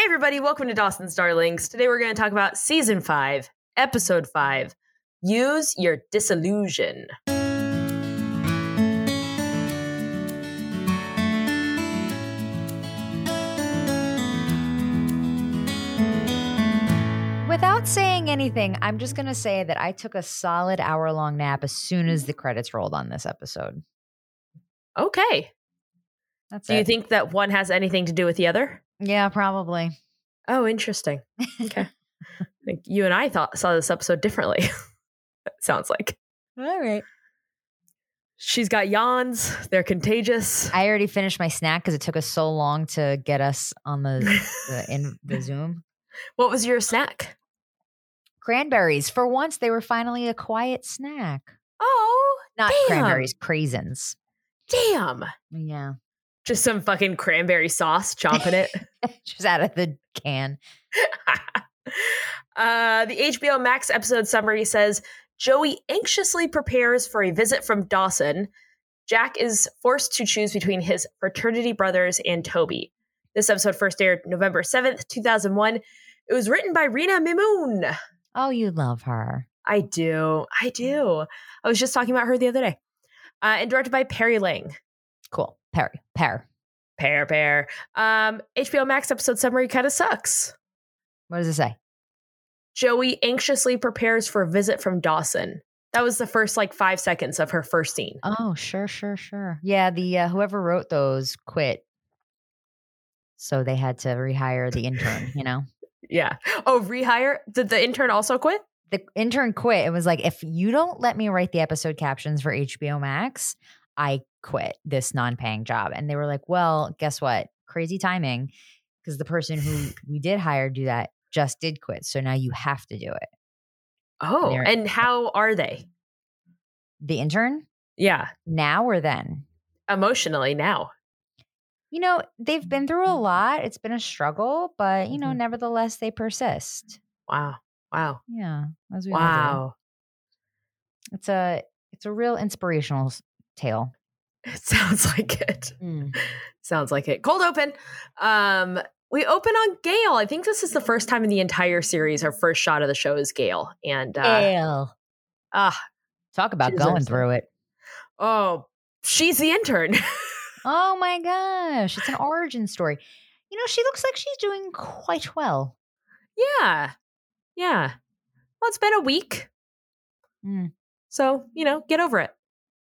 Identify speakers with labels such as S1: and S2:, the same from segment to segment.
S1: everybody. Welcome to Dawson's Darlings. Today we're going to talk about season five, episode five Use Your Disillusion.
S2: Without saying anything, I'm just going to say that I took a solid hour long nap as soon as the credits rolled on this episode.
S1: Okay.
S2: That's
S1: Do
S2: it.
S1: you think that one has anything to do with the other?
S2: yeah, probably.
S1: Oh, interesting. Okay. I think you and I thought saw this episode differently. it sounds like
S2: All right.
S1: she's got yawns. They're contagious.
S2: I already finished my snack because it took us so long to get us on the, the in the Zoom.
S1: what was your snack?
S2: Cranberries. For once, they were finally a quiet snack.
S1: Oh,
S2: Not
S1: Damn.
S2: cranberries, craisins.
S1: damn!
S2: Yeah.
S1: Just some fucking cranberry sauce, chomping it.
S2: Just out of the can.
S1: uh, the HBO Max episode summary says Joey anxiously prepares for a visit from Dawson. Jack is forced to choose between his fraternity brothers and Toby. This episode first aired November 7th, 2001. It was written by Rena Mimoun.
S2: Oh, you love her.
S1: I do. I do. I was just talking about her the other day. Uh, and directed by Perry Lang.
S2: Cool. Perry. Pear.
S1: Pear, pear. Um, HBO Max episode summary kind of sucks.
S2: What does it say?
S1: Joey anxiously prepares for a visit from Dawson. That was the first like five seconds of her first scene.
S2: Oh, sure, sure, sure. Yeah, the uh, whoever wrote those quit. So they had to rehire the intern, you know.
S1: Yeah. Oh, rehire? Did the intern also quit?
S2: The intern quit. It was like if you don't let me write the episode captions for HBO Max, I quit this non-paying job. And they were like, "Well, guess what? Crazy timing because the person who we did hire to do that just did quit. So now you have to do it."
S1: Oh,
S2: They're-
S1: and how are they?
S2: The intern
S1: Yeah,
S2: now or then?
S1: emotionally now.
S2: You know, they've been through a lot. It's been a struggle, but you know,
S1: Mhm.
S2: nevertheless they persist.
S1: Wow. Wow.
S2: Yeah, as we all do.
S1: Wow.
S2: It's a it's a real inspirational s- tale.
S1: It sounds like it.
S2: Mm,
S1: Sounds like it. Cold open. Um, we open on Gail. I think this is the first time in the entire series our first shot of the show is Gail. And uh,
S2: Tale.
S1: ah,
S2: Talk about
S1: She
S2: going
S1: deserves it.
S2: through it.
S1: oh, she's the intern.
S2: Oh my gosh, it's an origin story. You know, she looks like she's doing quite well.
S1: Yeah. Yeah. Well, it's been a week.
S2: Mm.
S1: So, you know, get over it.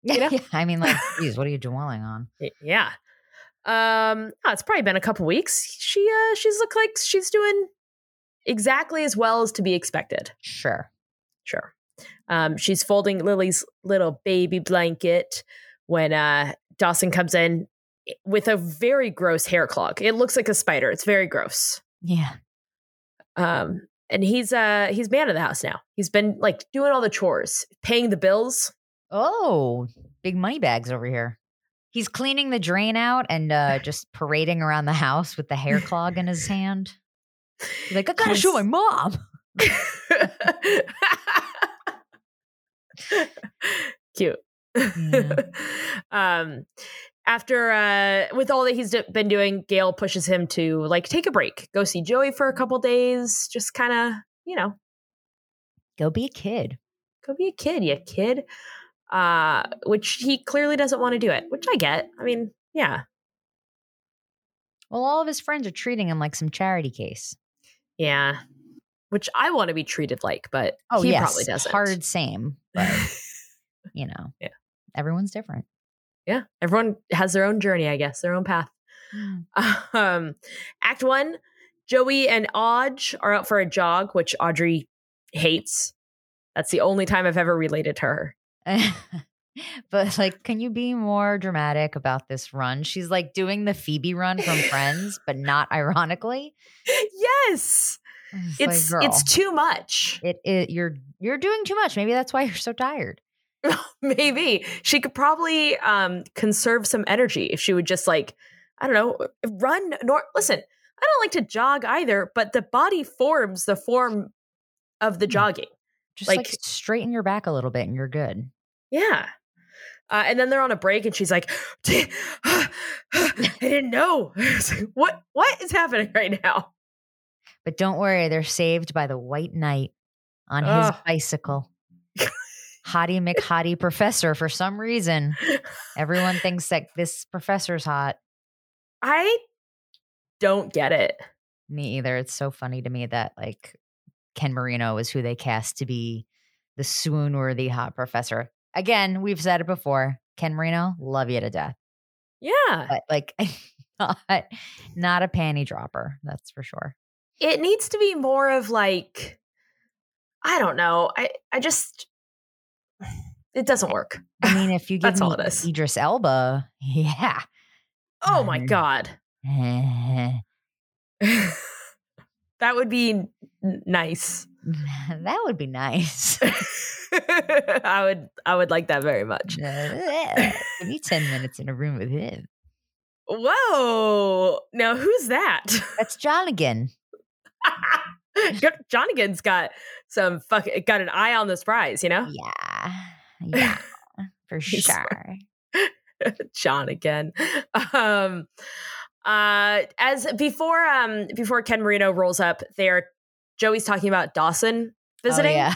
S1: You know?
S2: yeah, I mean, like, geez, what are you dwelling on?
S1: Y- Yeah. Um, oh, it's probably been a couple weeks. She uh she's looked like she's doing exactly as well as to be expected.
S2: Sure.
S1: Sure. Um, she's folding Lily's little baby blanket when uh Dawson comes in eh, with a very gross hair clog. It looks like a spider. It's very gross.
S2: Yeah.
S1: Um, and he's uh he's man of the house now. He's been like doing all the chores, paying the bills.
S2: Oh, big money bags over here. He's cleaning the drain out and uh, just parading around the house with the hair clog in his hand. He's like, I gotta show my
S1: Yes.
S2: mom.
S1: Cute.
S2: Yeah.
S1: um, after uh, with all that he's d- been doing, Gail pushes him to like take a break, go see Joey for a couple days, just kind of you know
S2: Go be a kid.
S1: go be a kid, you kid. Uh, which he clearly doesn't want to do it, which I get. I mean, yeah,
S2: Well, all of his friends are treating him like some charity case.
S1: yeah. Which I want to be treated like, but
S2: Oh,
S1: he
S2: yes.
S1: probably doesn't.
S2: Hard same, but you know,
S1: Yeah.
S2: everyone's different.
S1: yeah, everyone has their own journey, I guess, their own path. Hmm. Um, act one, Joey and Audge are out for a jog, which Audrey hates. That's the only time I've ever related to her.
S2: but like, can you be more dramatic about this run? She's like doing the Phoebe run from Friends, but not ironically.
S1: Yes, it's
S2: like,
S1: it's
S2: girl,
S1: too much.
S2: it, it you're you're doing too much. Maybe that's why you're so tired.
S1: Maybe she could probably um conserve some energy if she would just like I don't know uh, run nor listen. I don't like to jog either, but the body forms the form of the
S2: Hmm.
S1: jogging.
S2: Just like,
S1: Like-
S2: straighten your back a little bit, and you're good.
S1: Yeah. Uh, and then they're on a break, and she's like, "T- "I didn't know. It's like, what What is happening right now?"
S2: But don't worry, they're saved by the White Knight on his
S1: Ugh.
S2: bicycle. Hottie McHottie Professor, for some reason, everyone thinks that this professor's hot.
S1: I don't get it.
S2: Me either. It's so funny to me that like Ken Marino is who they cast to be the swoon worthy hot professor. Again, we've said it before. Ken Marino, love you to death.
S1: Yeah.
S2: But like not not a panty dropper, that's for sure.
S1: It needs to be more of like I don't know. I I just it doesn't work.
S2: I mean, if you give
S1: That's
S2: me
S1: all it is.
S2: Idris Elba, yeah.
S1: Oh my
S2: Mhm.
S1: god.
S2: that
S1: that would be n- nice.
S2: would be nice.
S1: I would I would like that very much.
S2: Give me 10 minutes in a room with him.
S1: Whoa. Now who's that?
S2: That's John again.
S1: Jonigan's got some fuck got an eye on this prize, you know?
S2: Yeah. Yeah. For
S1: Uh. He's like-
S2: sure. Oh,
S1: John again. Um uh as before um before Ken Marino rolls up there, Joey's talking about Dawson visiting.
S2: Oh, yeah.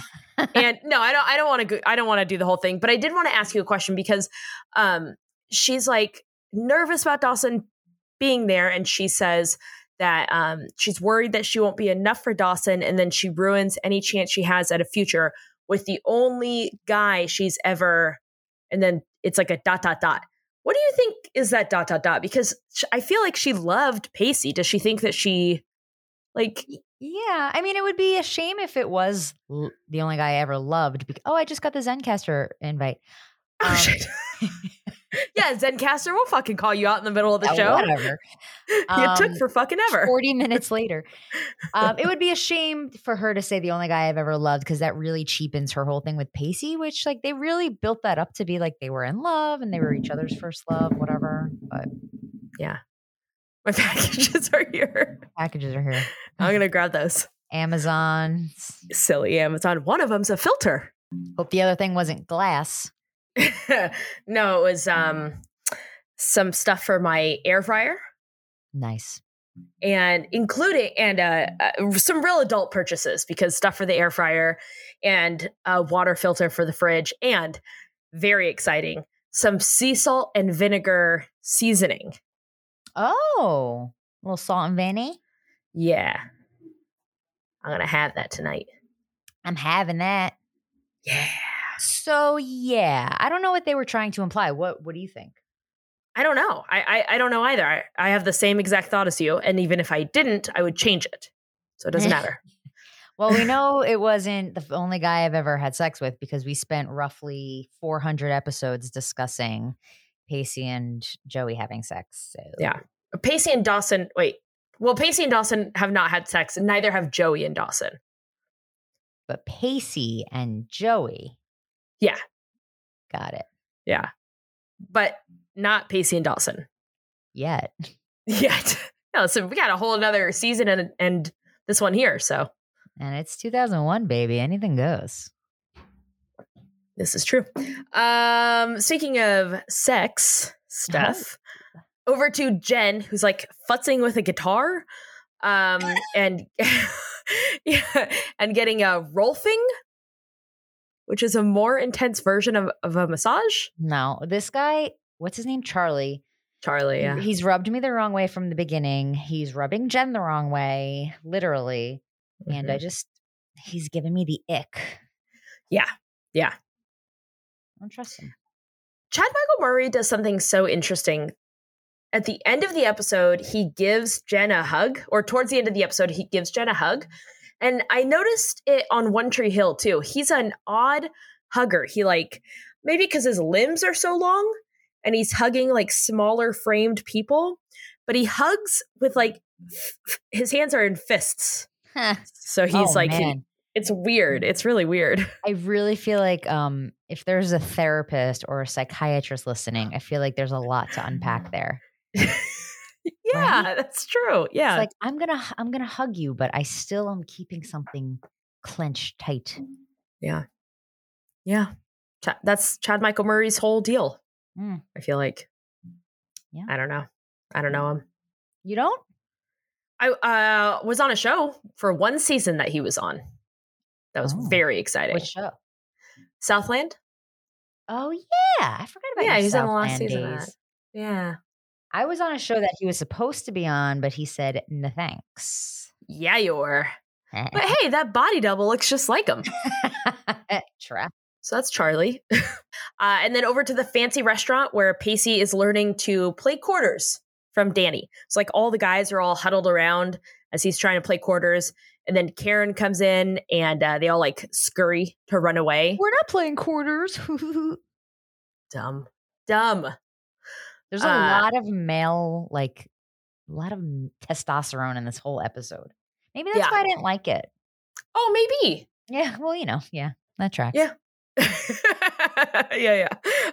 S1: and no, I don't I don't want to go I don't want to do the whole thing, but I did want to ask you a question because um she's like nervous about Dawson being there and she says that um she's worried that she won't be enough for Dawson and then she ruins any chance she has at a future with the only guy she's ever and then it's like a dot dot dot. What do you think is that dot dot dot? Because sh- I feel like she loved Pacey. Does she think that she like
S2: Yeah. I mean, it would be a shame if it was l- the only guy I ever loved. Be- oh, I just got the Zencaster invite.
S1: Oh,
S2: Um,
S1: shit. yeah, Zencaster, we'll fucking call you out in the middle of the
S2: Oh,
S1: show.
S2: Whatever.
S1: it
S2: Um,
S1: took for fucking ever.
S2: 40 minutes later. Um, it would be a shame for her to say the only guy I've ever loved because that really cheapens her whole thing with Pacey, which like they really built that up to be like they were in love and they were each other's first love, whatever. But
S1: My packages are here.
S2: packages are here.
S1: I'm gonna grab those.
S2: Amazon.
S1: Silly Amazon. One of them's a filter.
S2: Hope the other thing wasn't glass.
S1: no, it was um some stuff for my air fryer
S2: Nice.
S1: and including and uh, uh some real adult purchases because stuff for the air fryer and a water filter for the fridge and very exciting some sea salt and vinegar seasoning
S2: Oh, little salt and vanny.
S1: Yeah. I'm going to have that tonight.
S2: I'm having that.
S1: Yeah.
S2: So yeah, I don't know what they were trying to imply. What What do you think?
S1: I don't know. I, I, I don't know either. I, I have the same exact thought as you. And even if I didn't, I would change it. So it doesn't matter.
S2: Well, we know it wasn't the only guy I've ever had sex with because we spent roughly 400 episodes discussing Pacey and Joey having sex. So
S1: Yeah. Pacey and Dawson, wait. Well, Pacey and Dawson have not had sex, and neither have Joey and Dawson.
S2: but Pacey and Joey.
S1: Yeah.
S2: Got it.
S1: Yeah. But not Pacey and Dawson
S2: Yet.
S1: yet. no, so we got a whole another season and, and this one here. So
S2: And it's 2001, baby. Anything goes.
S1: This is true. Um, speaking of sex stuff,
S2: Uh-huh.
S1: over to Jen, who's like futzing with a guitar, um, and yeah, and getting a rolfing, which is a more intense version of, of a massage.
S2: No, this guy, what's his name? Charlie.
S1: Charlie, yeah,
S2: He's rubbed me the wrong way from the beginning. He's rubbing Jen the wrong way, literally. And I
S1: Mhm.
S2: just, he's giving me the ick. I
S1: yeah,
S2: don't trust him.
S1: Chad Michael Murray does something so interesting. At the end of the episode, he gives Jen a hug, or towards the end of the episode, he gives Jen a hug. And I noticed it on One Tree Hill too. He's an odd hugger. He like maybe because his limbs are so long and he's hugging like smaller framed people, but he hugs with like f- f- his hands are in fists. So he's
S2: Oh,
S1: like, he-
S2: man.
S1: it's weird. It's really weird.
S2: I really feel like um, if there's a therapist or a psychiatrist listening, I feel like there's a lot to unpack there.
S1: yeah, that's true. Yeah.
S2: It's like I'm gonna, h- I'm gonna hug you, but I still am keeping something clenched tight.
S1: Yeah. Ch- that's Chad Michael Murray's whole deal.
S2: Mm.
S1: I feel like.
S2: Yeah.
S1: I don't know. I don't know him.
S2: You don't?
S1: I uh, was on a show for one season that he was on. That was
S2: Oh.
S1: very exciting.
S2: Which show?
S1: Southland?
S2: Oh yeah, I forgot about.
S1: Yeah,
S2: your
S1: he's on the last
S2: Southland
S1: season of
S2: days.
S1: that. Yeah.
S2: I was on a show that he was supposed to be on, but he said no thanks.
S1: Yeah, you're. But hey, that body double looks just like him.
S2: Trap.
S1: So that's Charlie. uh, and then over to the fancy restaurant where Pacey is learning to play quarters from Danny. So, like, all the guys are all huddled around as he's trying to play quarters. And then Karen comes in and uh, they all like scurry to run away.
S2: We're not playing quarters.
S1: Dumb. Dumb.
S2: There's a
S1: Uh,
S2: lot of male, like a lot of m- testosterone in this whole episode. Maybe that's
S1: Yeah.
S2: why I didn't like it.
S1: Oh, maybe.
S2: Yeah, well, you know, yeah, that tracks.
S1: Yeah. yeah, yeah.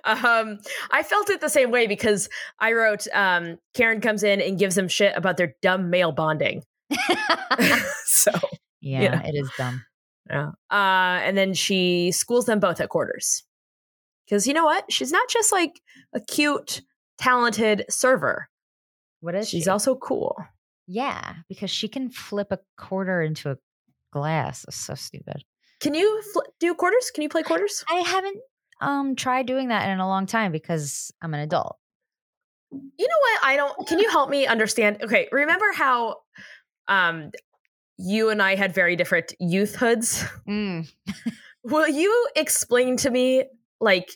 S1: Um, I felt it the same way because I wrote um, Karen comes in and gives them shit about their dumb male bonding.
S2: yeah,
S1: so, know.
S2: it is dumb.
S1: yeah. Uh, and then she schools them both at quarters. Because you know what? She's not just like a cute, talented server,
S2: What is
S1: she's
S2: she?
S1: also cool.
S2: yeah, because she can flip a quarter into a glass. It's so stupid.
S1: Can you fl- do quarters? Can you play quarters?
S2: I haven't um tried doing that in a long time because I'm an adult.
S1: You know what? I don't. Can you help me understand? Okay, remember how um, you and I had very different youthhoods?
S2: Mm.
S1: Will you explain to me, like,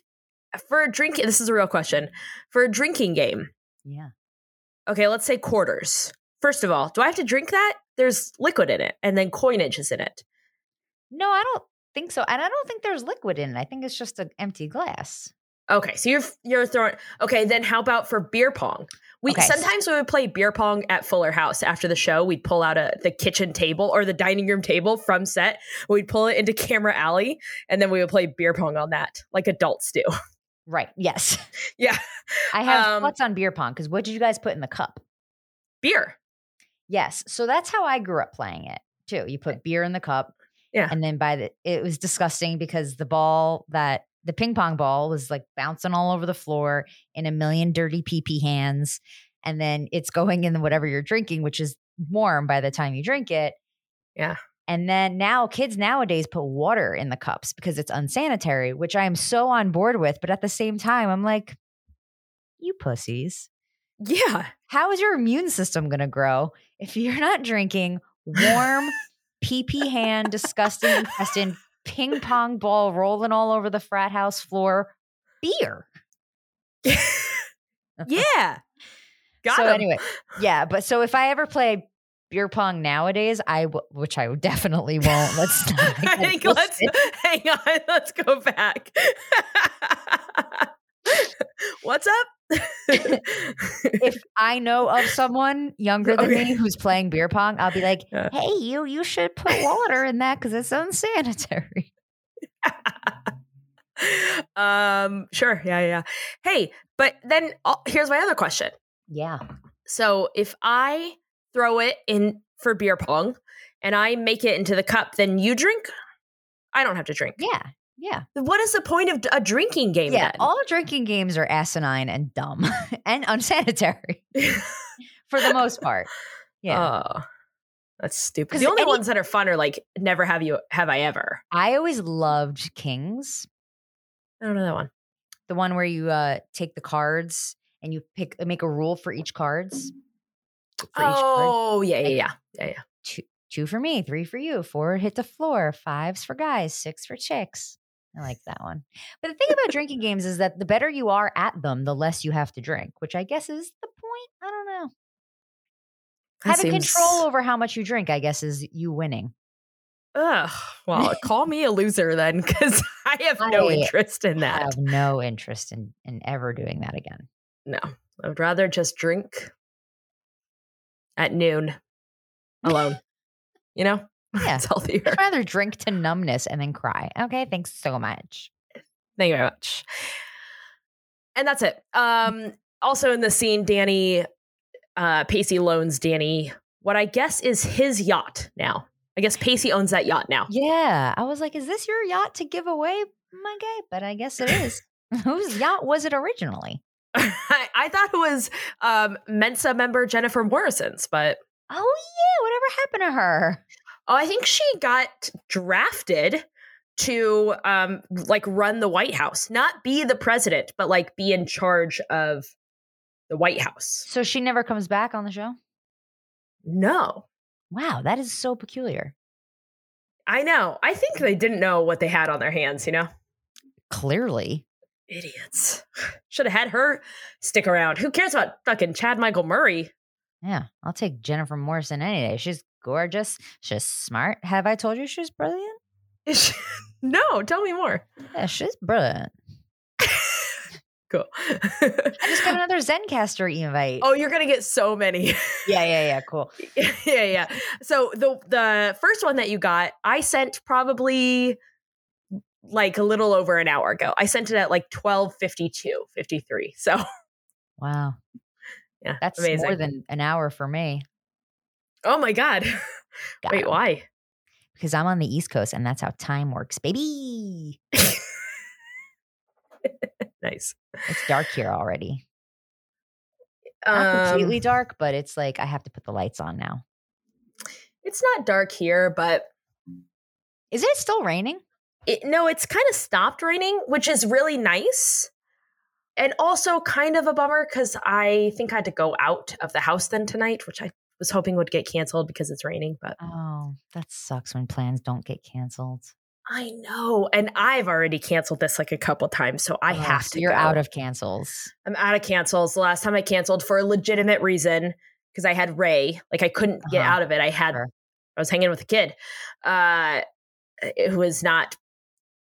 S1: for a drink? This is a real question. For a drinking game,
S2: Yeah.
S1: okay, let's say quarters. First of all, do I have to drink that? There's liquid in it, and then coinage is in it.
S2: No, I don't think so. And I don't think there's liquid in it. I think it's just an empty glass.
S1: Okay, so you're you're throwing. Okay, then how about for beer pong? We
S2: Okay.
S1: sometimes we would play beer pong at Fuller House after the show. We'd pull out a the kitchen table or the dining room table from set. We'd pull it into camera alley, and then we would play beer pong on that, like adults do.
S2: Right. Yes.
S1: yeah,
S2: I have
S1: Um,
S2: thoughts on beer pong because what did you guys put in the cup?
S1: beer.
S2: Yes. So that's how I grew up playing it too. You put beer in the cup.
S1: Yeah.
S2: And then by the, it was disgusting because the ball that the ping pong ball was like bouncing all over the floor in a million dirty pee pee hands. And then it's going in whatever you're drinking, which is warm by the time you drink it.
S1: Yeah.
S2: And then now kids nowadays put water in the cups because it's unsanitary, which I am so on board with. But at the same time, I'm like, you pussies
S1: Yeah,
S2: how is your immune system going to grow if you're not drinking warm pee pee hand disgusting intestine ping pong ball rolling all over the frat house floor beer
S1: yeah. Got
S2: so
S1: him.
S2: anyway yeah but so if i ever play beer pong nowadays i w- which i definitely won't let's not
S1: I think let's hang on. Let's go back. What's up?
S2: if i know of someone younger than
S1: Okay.
S2: me who's playing beer pong i'll be like
S1: Yeah.
S2: hey you you should put water in that because it's unsanitary
S1: um, sure. Yeah, yeah. yeah. Hey, but then uh, here's my other question.
S2: yeah
S1: So if I throw it in for beer pong and I make it into the cup, then you drink. I don't have to drink.
S2: yeah yeah
S1: What is the point of a drinking game?
S2: Yeah,
S1: then?
S2: all drinking games are asinine and dumb and unsanitary for the most part. Yeah.
S1: Oh, that's stupid.
S2: 'Cause
S1: The only
S2: any-
S1: ones that are fun are like never have you have I ever.
S2: I always loved Kings,
S1: I don't know that one.
S2: the one where you uh, take the cards and you pick uh, make a rule for each cards. For each card.
S1: oh yeah, yeah,
S2: Like-
S1: yeah, yeah, yeah.
S2: Two, two for me, three for you, four hit the floor, fives for guys, six for chicks. I like that one. But the thing about drinking games is that the better you are at them, the less you have to drink, which I guess is the point. I don't know.
S1: That
S2: Having control
S1: seems-
S2: over how much you drink, I guess, is you winning.
S1: Ugh. Well, call me a loser then, because I have no
S2: I
S1: interest in
S2: I
S1: that.
S2: have no interest in in ever doing that again.
S1: No, I would rather just drink at noon alone. you know,
S2: Yeah.
S1: it's healthier.
S2: I'd rather drink to numbness and then cry. Okay, thanks so much.
S1: Thank you very much. And that's it. Um, also in the scene, Danny, uh, Pacey loans Danny what I guess is his yacht now. I guess Pacey owns that yacht now.
S2: Yeah, I was like, is this your yacht to give away, my guy? But I guess it is. Whose yacht was it originally?
S1: I, I thought it was um, Mensa member Jennifer Morrison's, but
S2: Oh yeah, whatever happened to her?
S1: Oh, I think she got drafted to um like run the White House, not be the president, but like be in charge of the White House.
S2: So she never comes back on the show?
S1: No.
S2: Wow, that is so peculiar.
S1: I know. I think they didn't know what they had on their hands, you know?
S2: Clearly.
S1: Idiots. Should have had her stick around. Who cares about fucking Chad Michael Murray?
S2: Yeah, I'll take Jennifer Morrison any day. She's gorgeous. She's smart. Have I told you she's brilliant?
S1: Is she- no, tell me more.
S2: Yeah, she's brilliant.
S1: Cool.
S2: I just got another Zencaster invite.
S1: oh, you're going to get so many.
S2: yeah, yeah, yeah. Cool.
S1: yeah, yeah. So the the first one that you got, I sent probably like a little over an hour ago. I sent it at like 12:52, 53. So,
S2: Wow,
S1: yeah.
S2: that's more than an hour for me.
S1: oh my god.
S2: Got
S1: Wait,
S2: it.
S1: why?
S2: Because I'm on the East Coast, and that's how time works, baby.
S1: Nice.
S2: It's dark here already. Not
S1: Um,
S2: completely dark, but it's like I have to put the lights on now.
S1: it's not dark here, but
S2: Is it still raining?
S1: it, no, it's kind of stopped raining, which is really nice. And also kind of a bummer because I think I had to go out of the house then tonight, which I was hoping would get canceled because it's raining. But
S2: Oh, that sucks when plans don't get canceled.
S1: I know. And I've already canceled this like a couple times. So I
S2: Oh,
S1: have
S2: so
S1: to.
S2: You're
S1: go.
S2: out of cancels.
S1: I'm out of cancels. The last time I canceled for a legitimate reason, because I had Ray, like I couldn't get
S2: Uh-huh.
S1: out of it. I had,
S2: Sure.
S1: I was hanging with a kid uh, who was not,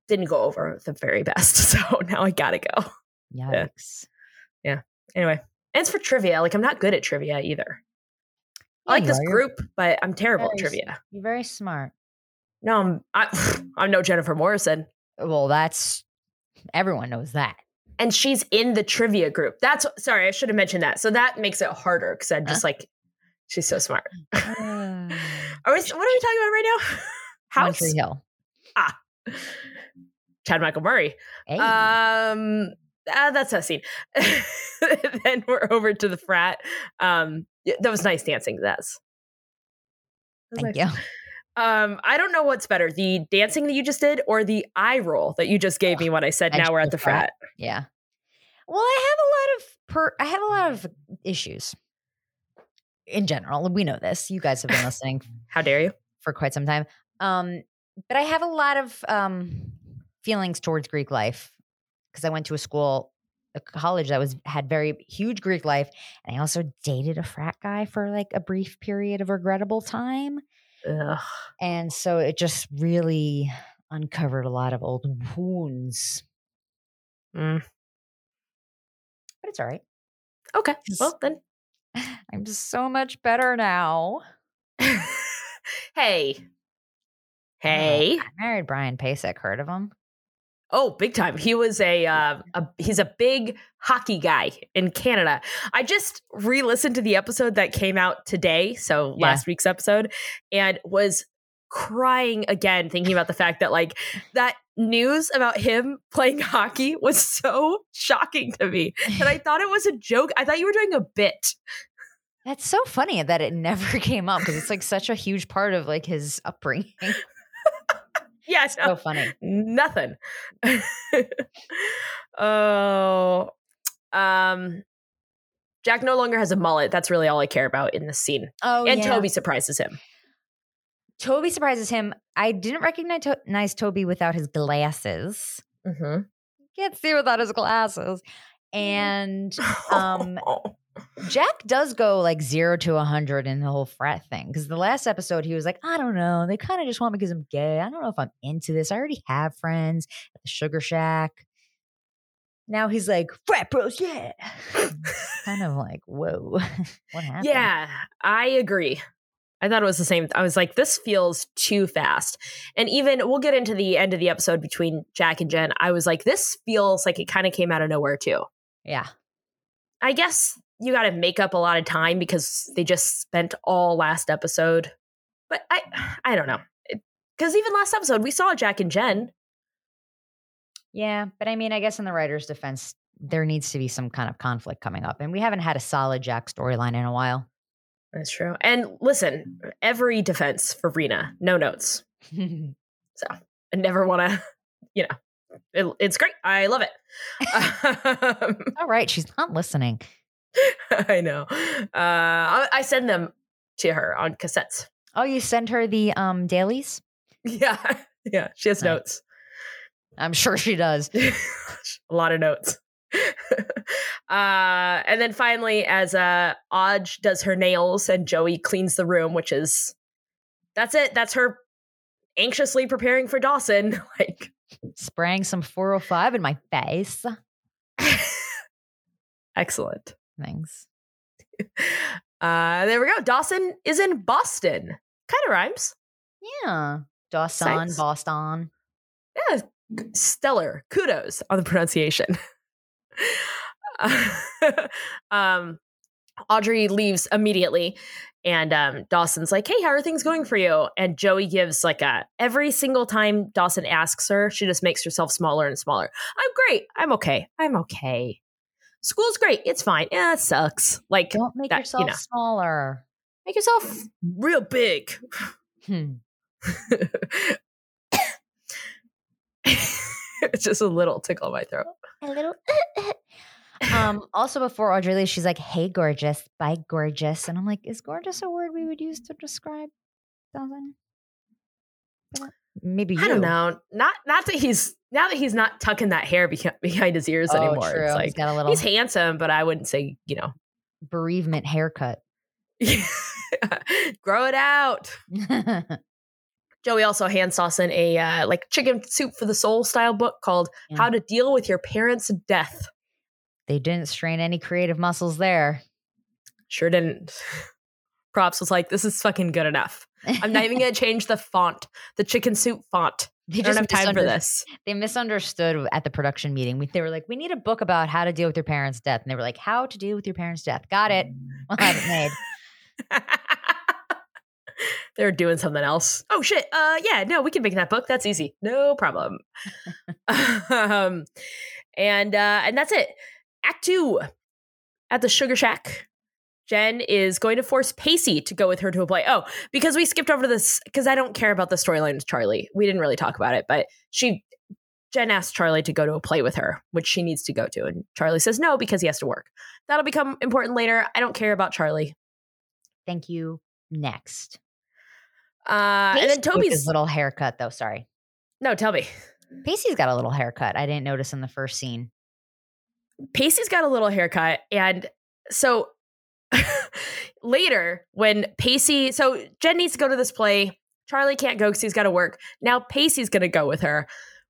S1: didn't go over the very best. So now I gotta go. Yeah.
S2: Yikes.
S1: Anyway, and it's for trivia. Like I'm not good at trivia either. I
S2: Yeah,
S1: like
S2: Oh, you
S1: this
S2: are. You're-
S1: group, but I'm terrible at
S2: Nice.
S1: trivia.
S2: You're very smart.
S1: No, I'm I, I'm no Jennifer Morrison,
S2: Well, that's everyone knows that.
S1: and she's in the trivia group. That's sorry, I should have mentioned that. So that makes it harder because I'm
S2: Uh-huh.
S1: just like, she's so smart.
S2: Uh,
S1: Are we, what are we talking about right now?
S2: One
S1: House.
S2: Tree Hill.
S1: Chad Michael Murray.
S2: Hey.
S1: Um, ah, that's that scene. then we're over to the frat. Um, yeah, that was nice dancing. That's.
S2: Thank you.
S1: Um, I don't know what's better, the dancing that you just did or the eye roll that you just gave me when I said
S2: I
S1: now we're
S2: should
S1: at the
S2: have thought.
S1: frat.
S2: Yeah. Well, I have a lot of per I have a lot of issues in general. We know this. You guys have been listening
S1: How dare you?
S2: for quite some time. Um, but I have a lot of um feelings towards Greek life because I went to a school, a college that was had very huge Greek life, and I also dated a frat guy for like a brief period of regrettable time.
S1: Ugh.
S2: And so it just really uncovered a lot of old wounds.
S1: Mm.
S2: But it's all right.
S1: Okay. Well then.
S2: I'm so much better now.
S1: hey. Hey.
S2: I married Brian Pasek. Heard of him?
S1: Oh, big time. He was a, uh, a he's a big hockey guy in Canada. I just re-listened to the episode that came out today, so
S2: Yeah.
S1: last week's episode, and was crying again thinking about the fact that like that news about him playing hockey was so shocking to me. And I thought it was a joke. I thought you were doing a bit.
S2: That's so funny that it never came up because it's like such a huge part of like his upbringing.
S1: Yes.
S2: so funny.
S1: nothing. oh, um, Jack no longer has a mullet. That's really all I care about in this scene.
S2: Oh,
S1: and
S2: yeah.
S1: Toby surprises him.
S2: Toby surprises him. I didn't recognize To- nice Toby without his glasses.
S1: Mm-hmm.
S2: Can't see without his glasses. Mm. And Um, Jack does go like zero to a hundred in the whole frat thing because the last episode he was like, I don't know, they kind of just want me because I'm gay. I don't know if I'm into this. I already have friends at the Sugar Shack. Now he's like frat bros, yeah. kind of like whoa, what happened?
S1: yeah, I agree. I thought it was the same. I was like, this feels too fast. And even we'll get into the end of the episode between Jack and Jen. I was like, this feels like it kind of came out of nowhere too.
S2: yeah.
S1: I guess you got to make up a lot of time because they just spent all last episode. But I, I don't know, because even last episode we saw Jack and Jen.
S2: Yeah, but I mean, I guess in the writer's defense, there needs to be some kind of conflict coming up, and we haven't had a solid Jack storyline in a while.
S1: That's true. And listen, every defense for Rena, no notes. I never want to, you know, it, it's great. I love it. Um,
S2: All right, she's not listening.
S1: I know. Uh, I, I send them to her on cassettes.
S2: Oh, you send her the um dailies?
S1: Yeah. Yeah. She has
S2: Nice.
S1: notes,
S2: I'm sure she does.
S1: a lot of notes. uh, and then finally, as uh, Odge does her nails and Joey cleans the room, which is that's it. That's her anxiously preparing for Dawson. Like,
S2: Spraying some 405 in my face.
S1: excellent.
S2: Thanks.
S1: Uh, there we go. Dawson is in Boston. Kind of rhymes.
S2: Yeah. Dawson,
S1: Thanks.
S2: Boston.
S1: Yeah, stellar. Kudos on the pronunciation. um, Audrey leaves immediately, and um, Dawson's like, "Hey, how are things going for you?" And Joey gives like a every single time Dawson asks her, she just makes herself smaller and smaller. I'm great. I'm okay. I'm okay. School's great. It's fine. Yeah, it sucks. Like,
S2: Don't make
S1: That- you
S2: yourself
S1: know.
S2: smaller.
S1: make yourself real big.
S2: Hmm.
S1: it's just a little tickle in my throat.
S2: A little. um, also, before Audrey leaves, she's like, "Hey, gorgeous, bye, gorgeous," and I'm like, "Is gorgeous a word we would use to describe Dawson?" uh, Maybe you.
S1: I don't know. Not not that he's now that he's not tucking that hair behi- behind his ears
S2: Oh,
S1: anymore.
S2: true.
S1: It's
S2: he's
S1: like
S2: got a little
S1: he's handsome, but I wouldn't say you know
S2: bereavement haircut.
S1: grow it out.
S2: Yeah.
S1: Joey also hand Dawson a uh, like chicken soup for the soul style book called How to Deal with Your Parents' Death.
S2: they didn't strain any creative muscles there.
S1: Sure didn't. Props was like, this is fucking good enough. I'm not even gonna change the font, the chicken soup font.
S2: they
S1: I don't have time for
S2: misunder-
S1: this.
S2: They misunderstood at the production meeting. We- They were like, "We need a book about how to deal with your parents' death," and they were like, "How to deal with your parents' death." Got it. We'll have it made.
S1: They're doing something else. Oh shit. Uh yeah, no, we can make that book. That's easy. No problem. um and uh and that's it. Act 2 at the Sugar Shack. Jen is going to force Pacey to go with her to a play. Oh, because we skipped over this cuz I don't care about the storyline with Charlie. We didn't really talk about it, but she Jen asks Charlie to go to a play with her, which she needs to go to and Charlie says no because he has to work. That'll become important later. I don't care about Charlie.
S2: Thank you. Next.
S1: Uh, and then
S2: Pacey with his
S1: Toby's
S2: little haircut, though. Sorry.
S1: no, tell me.
S2: Pacey's got a little haircut. I didn't notice in the first scene.
S1: Pacey's got a little haircut, and so later when Pacey, so Jen needs to go to this play. Charlie can't go because he's got to work. Now Pacey's gonna go with her.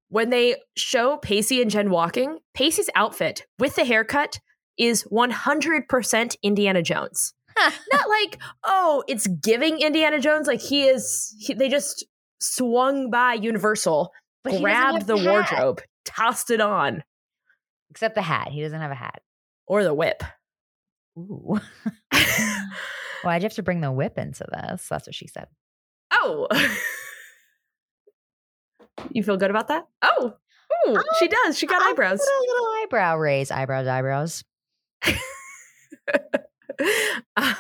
S1: When they show Pacey and Jen walking, Pacey's outfit with the haircut is 100% Indiana Jones. Not like, oh, it's giving Indiana Jones. Like he is, he, they just swung by Universal,
S2: But he doesn't
S1: grabbed
S2: have
S1: the
S2: a hat.
S1: wardrobe, tossed it on,
S2: Except the hat. He doesn't have a hat.
S1: or the whip.
S2: Ooh. Why'd you have to bring the whip into this? That's what she said.
S1: Oh. you feel good about that? Oh. Ooh,
S2: Oh,
S1: she does. She got
S2: I
S1: eyebrows.
S2: put a little eyebrow raise. Eyebrows, eyebrows.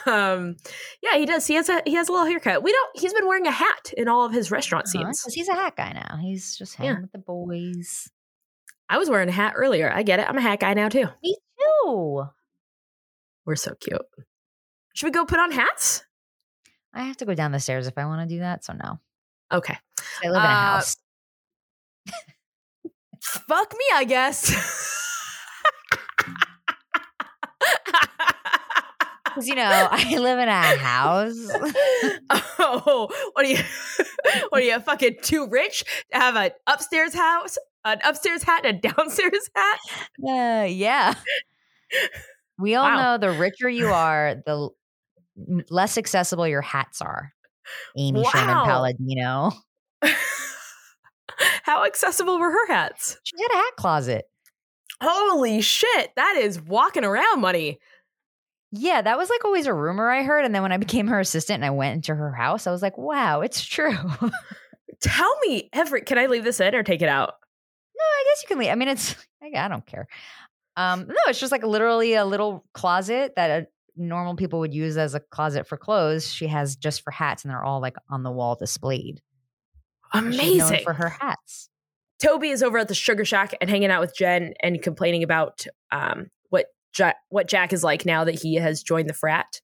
S1: um yeah, he does. He has a he has a little haircut. We don't he's been wearing a hat in all of his restaurant
S2: Because
S1: scenes.
S2: Uh-huh, he's a hat guy now. He's just hanging
S1: Yeah.
S2: with the boys.
S1: I was wearing a hat earlier. I get it. I'm a hat guy now too.
S2: Me too.
S1: We're so cute. Should we go put on hats?
S2: I have to go down the stairs if I want to do that. So no.
S1: Okay.
S2: 'Cause I live in a
S1: Uh,
S2: house.
S1: Fuck me, I guess.
S2: Because you know, I live in a house.
S1: oh, what are you? What are you fucking too rich to have an upstairs house, an upstairs hat, and a downstairs hat?
S2: Uh, yeah. We all
S1: Wow.
S2: know the richer you are, the l- m- less accessible your hats are. Amy Sherman
S1: Wow.
S2: Palladino.
S1: How accessible were her hats?
S2: She's got a hat closet.
S1: Holy shit, that is walking around money.
S2: Yeah, that was like always a rumor I heard. And then when I became her assistant and I went into her house, I was like, wow, it's true. no,
S1: Tell me, Everett, can I leave this in or take it out?
S2: I guess you can leave. I mean, it's, I, I don't care. Um, no, it's just like literally a little closet that uh, normal people would use as a closet for clothes, she has just for hats, and they're all like on the wall displayed. She's known
S1: Amazing.
S2: for her hats.
S1: Toby is over at the Sugar Shack and hanging out with Jen and complaining about um, what ja- what Jack is like now that he has joined the frat.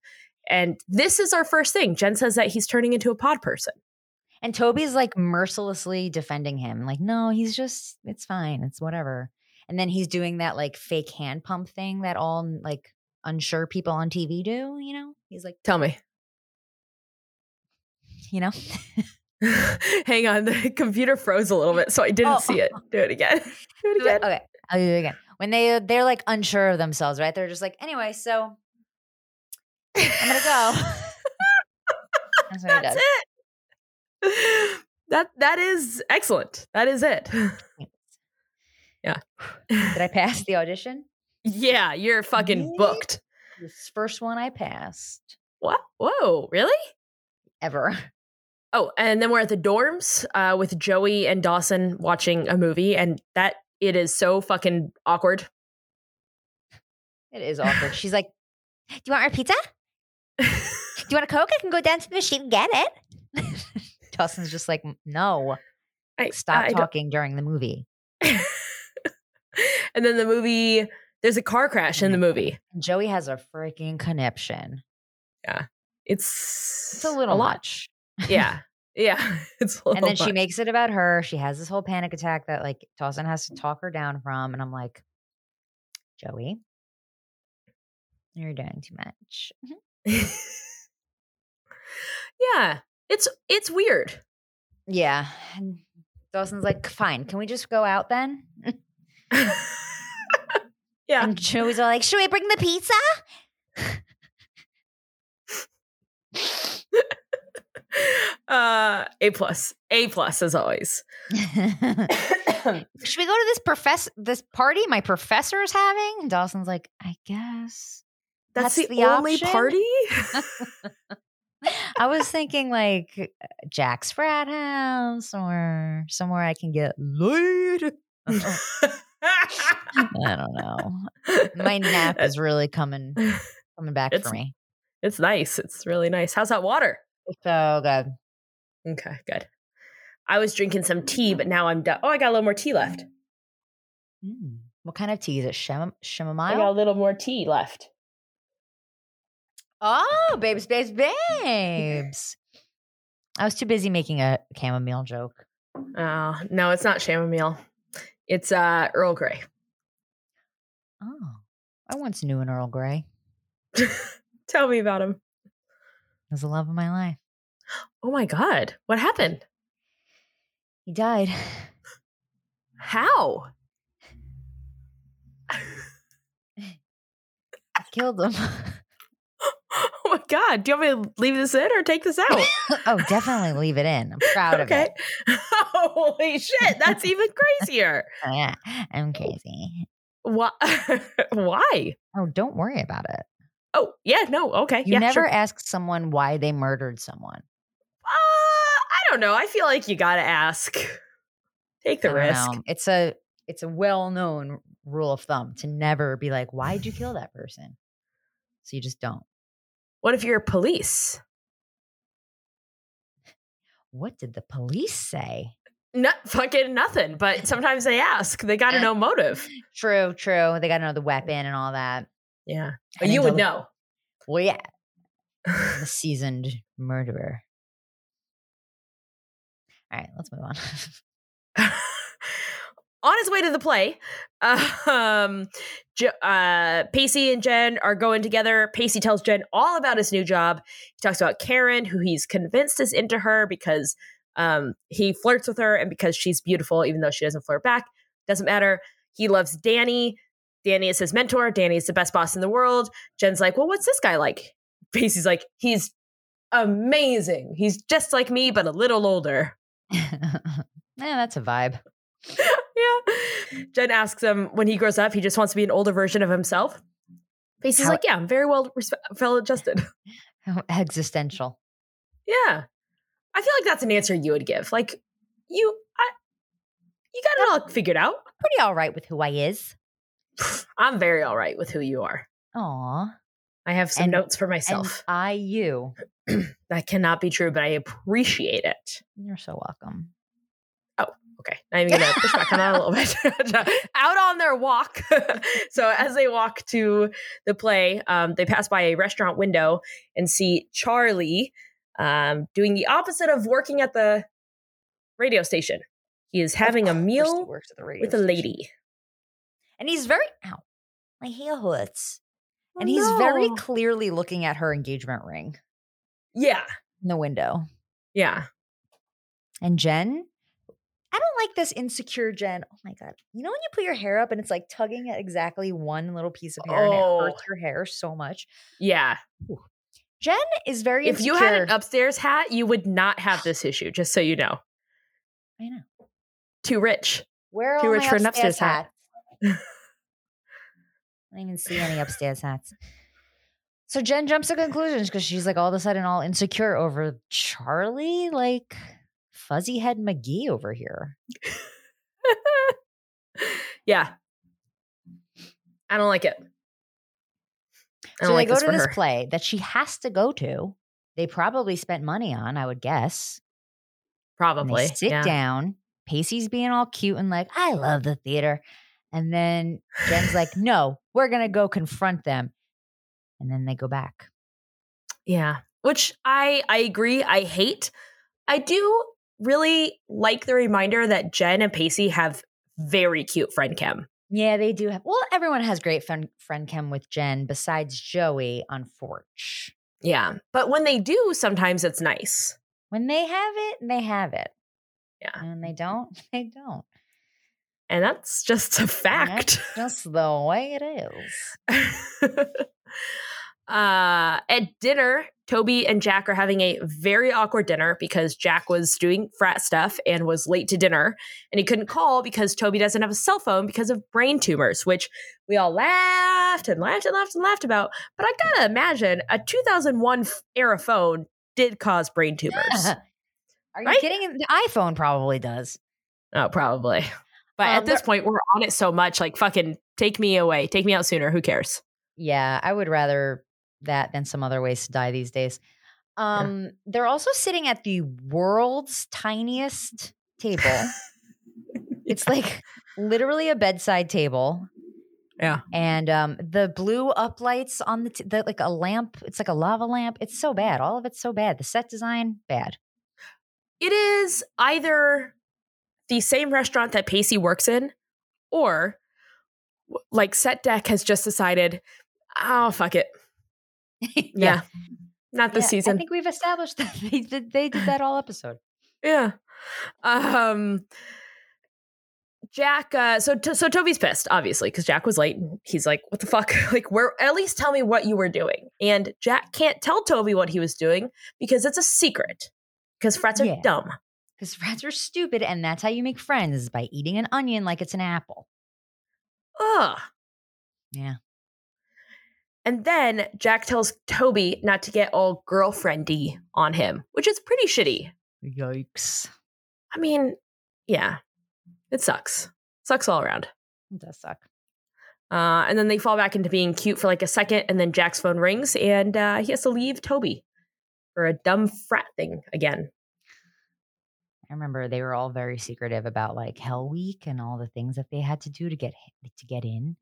S1: And this is our first thing. Jen says that he's turning into a pod person.
S2: And Toby's like mercilessly defending him, like, no, he's just, it's fine, it's whatever. And then he's doing that like fake hand pump thing that all like unsure people on TV do, you know? He's like,
S1: Tell me.
S2: you know?
S1: Hang on, the computer froze a little bit, so I didn't
S2: Oh.
S1: see it. Do it again. Do it again.
S2: Okay, I'll do it again. When they uh, they're like unsure of themselves, right? They're just like, anyway, so I'm gonna go. That's what he
S1: That's
S2: does.
S1: it. That that is excellent. That is it. Yeah.
S2: Did I pass the audition?
S1: Yeah, you're fucking
S2: Really?
S1: booked.
S2: This first one I passed
S1: What? Whoa, really?
S2: ever.
S1: Oh, and then we're at the dorms uh, with Joey and Dawson watching a movie, and that it is so fucking awkward.
S2: It is awkward. She's like, "Do you want our pizza? Do you want a coke? I can go down to the machine and get it." Dawson's just like, "No,
S1: I,
S2: stop
S1: I don't-
S2: talking during the movie."
S1: And then the movie, there's a car crash in the movie.
S2: And Joey has a freaking conniption.
S1: It's
S2: It's a little
S1: lot.
S2: much.
S1: yeah, yeah. It's a little.
S2: and then she
S1: much.
S2: makes it about her. She has this whole panic attack that like Dawson has to talk her down from, and I'm like, Joey, you're doing too much.
S1: yeah, it's it's weird.
S2: Yeah. And Dawson's like, fine, can we just go out then?
S1: yeah,
S2: And Joey's all like, should we bring the pizza?
S1: uh, a plus, a plus as always.
S2: should we go to this profess this party my professor is having? And Dawson's like, I guess.
S1: That's,
S2: That's
S1: the,
S2: the
S1: only
S2: option?
S1: party.
S2: I was thinking like Jack's frat house or somewhere I can get laid. I don't know. My nap is really coming coming back
S1: It's-
S2: for me.
S1: It's nice. It's really nice. How's that water?
S2: It's So good.
S1: Okay, good. I was drinking some tea,
S2: Mm-hmm.
S1: but now I'm done. Oh, I got a little more tea left.
S2: Mm. What kind of tea is it? Shem-
S1: I got a
S2: Chamomile?
S1: little more tea left.
S2: Oh, babes, babes, babes. I was too busy making a chamomile joke.
S1: Oh, no, it's not chamomile. It's uh Earl Grey.
S2: Oh, I once knew an Earl Grey.
S1: Tell me about him.
S2: It was the love of my life.
S1: Oh my god. What happened?
S2: He died.
S1: How?
S2: I killed him.
S1: Oh my god. Do you want me to leave this in or take this out?
S2: oh, definitely leave it in. I'm proud of
S1: okay.
S2: it.
S1: Holy shit. That's even crazier.
S2: Oh, Yeah, I'm crazy.
S1: Why? Why?
S2: Oh, don't worry about it.
S1: Oh, yeah, no. Okay.
S2: You
S1: yeah,
S2: never
S1: sure.
S2: ask someone why they murdered someone.
S1: Uh, I don't know. I feel like you got to ask. Take the
S2: I don't
S1: risk.
S2: know. It's a it's a well known rule of thumb to never be like, "Why'd you kill that person?" So you just don't.
S1: What if you're police?
S2: What did the police say?
S1: Not fucking nothing, but sometimes they ask. They got to know motive.
S2: True, true. They got to know the weapon and all that.
S1: Yeah.
S2: And
S1: you
S2: they
S1: would
S2: tell
S1: know.
S2: the- Well, yeah, I'm a seasoned murderer. All right, let's move on.
S1: On his way to the play, um, Jo- uh, Pacey and Jen are going together. Pacey tells Jen all about his new job. He talks about Karen, who he's convinced is into her because um, he flirts with her and because she's beautiful, even though she doesn't flirt back. Doesn't matter. He loves Danny. Danny is his mentor. Danny is the best boss in the world. Jen's like, well, what's this guy like? Pacey's like, he's amazing. He's just like me, but a little older.
S2: yeah, that's a vibe.
S1: yeah. Jen asks him when he grows up, he just wants to be an older version of himself. Pacey's
S2: How-
S1: like, yeah, I'm very well, respe- well adjusted.
S2: Oh, Existential.
S1: yeah. I feel like that's an answer you would give. Like, you, I, you got it all figured out.
S2: Pretty all right with who I is.
S1: I'm very all right with who you are.
S2: Aw.
S1: I have some
S2: And-
S1: notes for
S2: And
S1: myself.
S2: I, you.
S1: that cannot be true, but I appreciate it.
S2: You're so welcome.
S1: Okay, I'm gonna push back on that a little bit. Out on their walk, so as they walk to the play, um, they pass by a restaurant window and see Charlie um, doing the opposite of working at the radio station. He is having a
S2: Of course he
S1: meal
S2: works at the radio
S1: with a
S2: station.
S1: lady,
S2: And he's very, ow, my heel hurts. and
S1: Oh,
S2: he's very
S1: no.
S2: clearly looking at her engagement ring
S1: yeah,
S2: in the window.
S1: yeah.
S2: And Jen, I don't like this insecure Jen. Oh my God. You know when you put your hair up and it's like tugging at exactly one little piece of hair and it
S1: Oh.
S2: hurts your hair so much?
S1: Yeah.
S2: Jen is very
S1: If you
S2: insecure.
S1: had an upstairs hat, you would not have this issue, just so you know.
S2: I know.
S1: Too rich.
S2: Where
S1: Too
S2: are
S1: rich
S2: my
S1: for an
S2: upstairs
S1: upstairs hat.
S2: hats? I don't even see any upstairs hats. So Jen jumps to conclusions because she's like all of a sudden all insecure over Charlie, like fuzzy head McGee over here.
S1: Yeah. I don't like it. I don't
S2: So
S1: like
S2: they go
S1: this
S2: to
S1: for
S2: this
S1: her.
S2: play that she has to go to. They probably spent money on, I would guess. And
S1: Probably.
S2: They sit
S1: yeah.
S2: down. Pacey's being all cute and like, I love the theater. And then Jen's like, no, we're going to go confront them. And then they go back.
S1: Yeah. Which I I agree. I hate. I do really like the reminder that Jen and Pacey have very cute friend chem.
S2: Yeah, they do have. Well, everyone has great friend, friend chem with Jen besides Joey on Forge.
S1: Yeah. But when they do, sometimes it's nice.
S2: When they have it, they have it.
S1: Yeah.
S2: And when they don't, they don't.
S1: And that's just a
S2: And that's
S1: fact.
S2: Just the way it is.
S1: uh, at dinner, Toby and Jack are having a very awkward dinner because Jack was doing frat stuff and was late to dinner, and he couldn't call because Toby doesn't have a cell phone because of brain tumors, which we all laughed and laughed and laughed and laughed about. But I gotta imagine a 2001 f- era phone did cause brain tumors.
S2: Are you
S1: Right?
S2: kidding? The iPhone probably does.
S1: oh, probably. But
S2: Um,
S1: at this point, we're on it so much, like fucking take me away, take me out sooner. Who cares?
S2: Yeah, I would rather that than some other ways to die these days. Um, They're also sitting at the world's tiniest table. It's like literally a bedside table.
S1: Yeah.
S2: And um, the blue uplights on the, t- the like a lamp. It's like a lava lamp. It's so bad. All of it's so bad. The set design bad.
S1: it is either the same restaurant that Pacey works in, or w- like Set Deck has just decided, oh fuck it,
S2: yeah.
S1: yeah, not
S2: Yeah,
S1: this
S2: I
S1: season,
S2: think we've established that they did, they did that all episode.
S1: yeah. Um, Jack, uh, so so Toby's pissed, obviously, because Jack was late. and He's like, what the fuck? Like, where? At least tell me what you were doing. And Jack can't tell Toby what he was doing because it's a secret. Because frats are
S2: Yeah.
S1: dumb.
S2: Because rats are stupid, and that's how you make friends is by eating an onion like it's an apple.
S1: Ugh.
S2: Yeah.
S1: And then Jack tells Toby not to get all girlfriendy on him, which is pretty shitty.
S2: Yikes.
S1: I mean, yeah, it sucks. Sucks all around.
S2: It does suck.
S1: Uh, and then they fall back into being cute for like a second, and then Jack's phone rings, and uh, he has to leave Toby for a dumb frat thing again.
S2: I remember they were all very secretive about like Hell Week and all the things that they had to do to get h- to get in.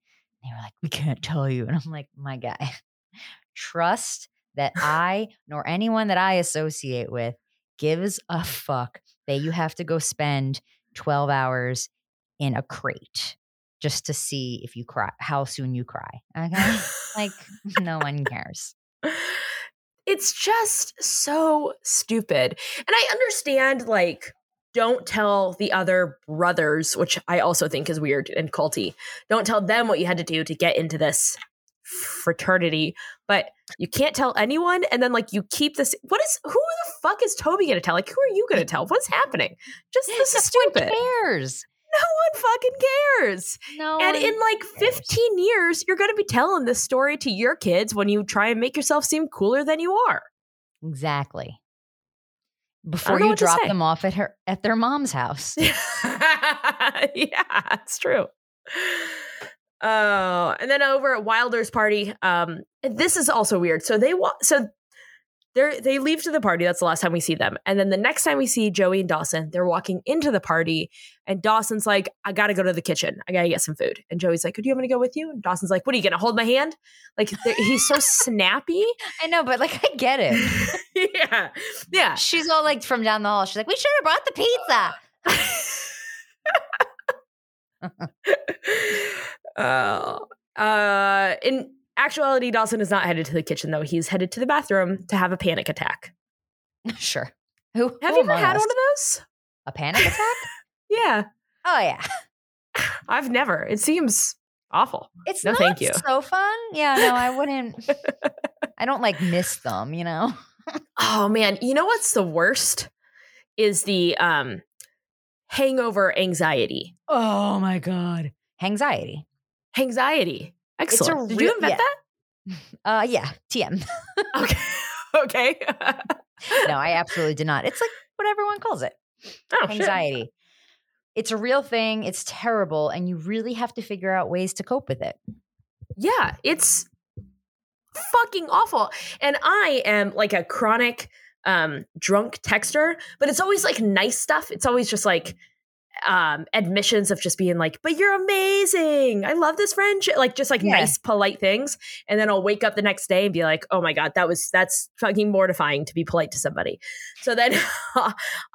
S2: They were like, "We can't tell you," and I'm like, "My guy, trust that I nor anyone that I associate with gives a fuck that you have to go spend 12 hours in a crate just to see if you cry, how soon you cry." Okay, like no one cares.
S1: it's just so stupid. And I understand, like, don't tell the other brothers, which I also think is weird and culty. Don't tell them what you had to do to get into this fraternity, but you can't tell anyone. And then, like, you keep this. What is who the fuck is Toby going to tell? Like, who are you going to tell? What's happening? Just this is
S2: No
S1: stupid.
S2: one cares.
S1: No one fucking cares.
S2: No,
S1: And
S2: one
S1: in like
S2: cares.
S1: 15 years, you're going to be telling this story to your kids when you try and make yourself seem cooler than you are.
S2: Exactly. Before
S1: know
S2: you
S1: what to
S2: drop
S1: say.
S2: them off at her at their mom's house.
S1: yeah, it's true. Oh, and then over at Wilder's party, um, and this is also weird. So they wa- so they they leave to the party. That's the last time we see them. And then the next time we see Joey and Dawson, they're walking into the party, and Dawson's like, "I gotta go to the kitchen. I gotta get some food." And Joey's like, "Do you want me to go with you?" And Dawson's like, "What are you gonna hold my hand?" Like they're- he's so snappy.
S2: I know, but like I get it. Uh,
S1: yeah, yeah.
S2: She's all like from down the hall. She's like, "We should have brought the pizza."
S1: uh, uh, in actuality, Dawson is not headed to the kitchen though. He's headed to the bathroom to have a panic attack.
S2: sure. Who
S1: Have
S2: who
S1: you ever
S2: among
S1: had
S2: us?
S1: one of those?
S2: a panic attack?
S1: Yeah,
S2: oh yeah,
S1: I've never. It seems awful.
S2: it's
S1: No,
S2: not
S1: thank you.
S2: so fun. Yeah, no, I wouldn't. I don't like miss them. You know,
S1: Oh man, you know what's the worst is the um hangover anxiety.
S2: Oh my god. Anxiety.
S1: Anxiety. Excellent. Did you
S2: real-
S1: invent
S2: Uh yeah, TM.
S1: that? Okay. okay.
S2: no, I absolutely did not. It's like what everyone calls it.
S1: oh, shit.
S2: Anxiety. It's a real thing, it's terrible, and you really have to figure out ways to cope with it.
S1: Yeah, it's fucking awful. And I am like a chronic um drunk texter, but it's always like nice stuff. It's always just like um admissions of just being like, but you're amazing. I love this friendship. Like just like
S2: Yeah.
S1: nice, polite things. And then I'll wake up the next day and be like, oh my God, that was that's fucking mortifying to be polite to somebody. So then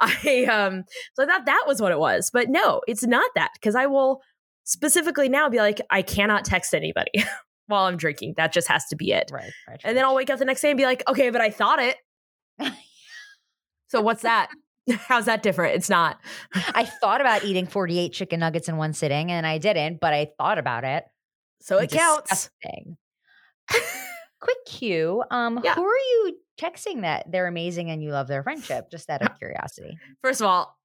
S1: I um so I thought that was what it was. But no, it's not that because I will specifically now be like, I cannot text anybody while I'm drinking. That just has to be it.
S2: Right. right
S1: And then I'll wake up the next day and be like, okay, but I thought it. So what's that? How's that different? It's not.
S2: I thought about eating 48 chicken nuggets in one sitting and I didn't, but I thought about it.
S1: So it counts.
S2: Disgusting. Quick cue. Um,
S1: Yeah.
S2: who are you texting that they're amazing and you love their friendship? Just out of curiosity.
S1: First of all,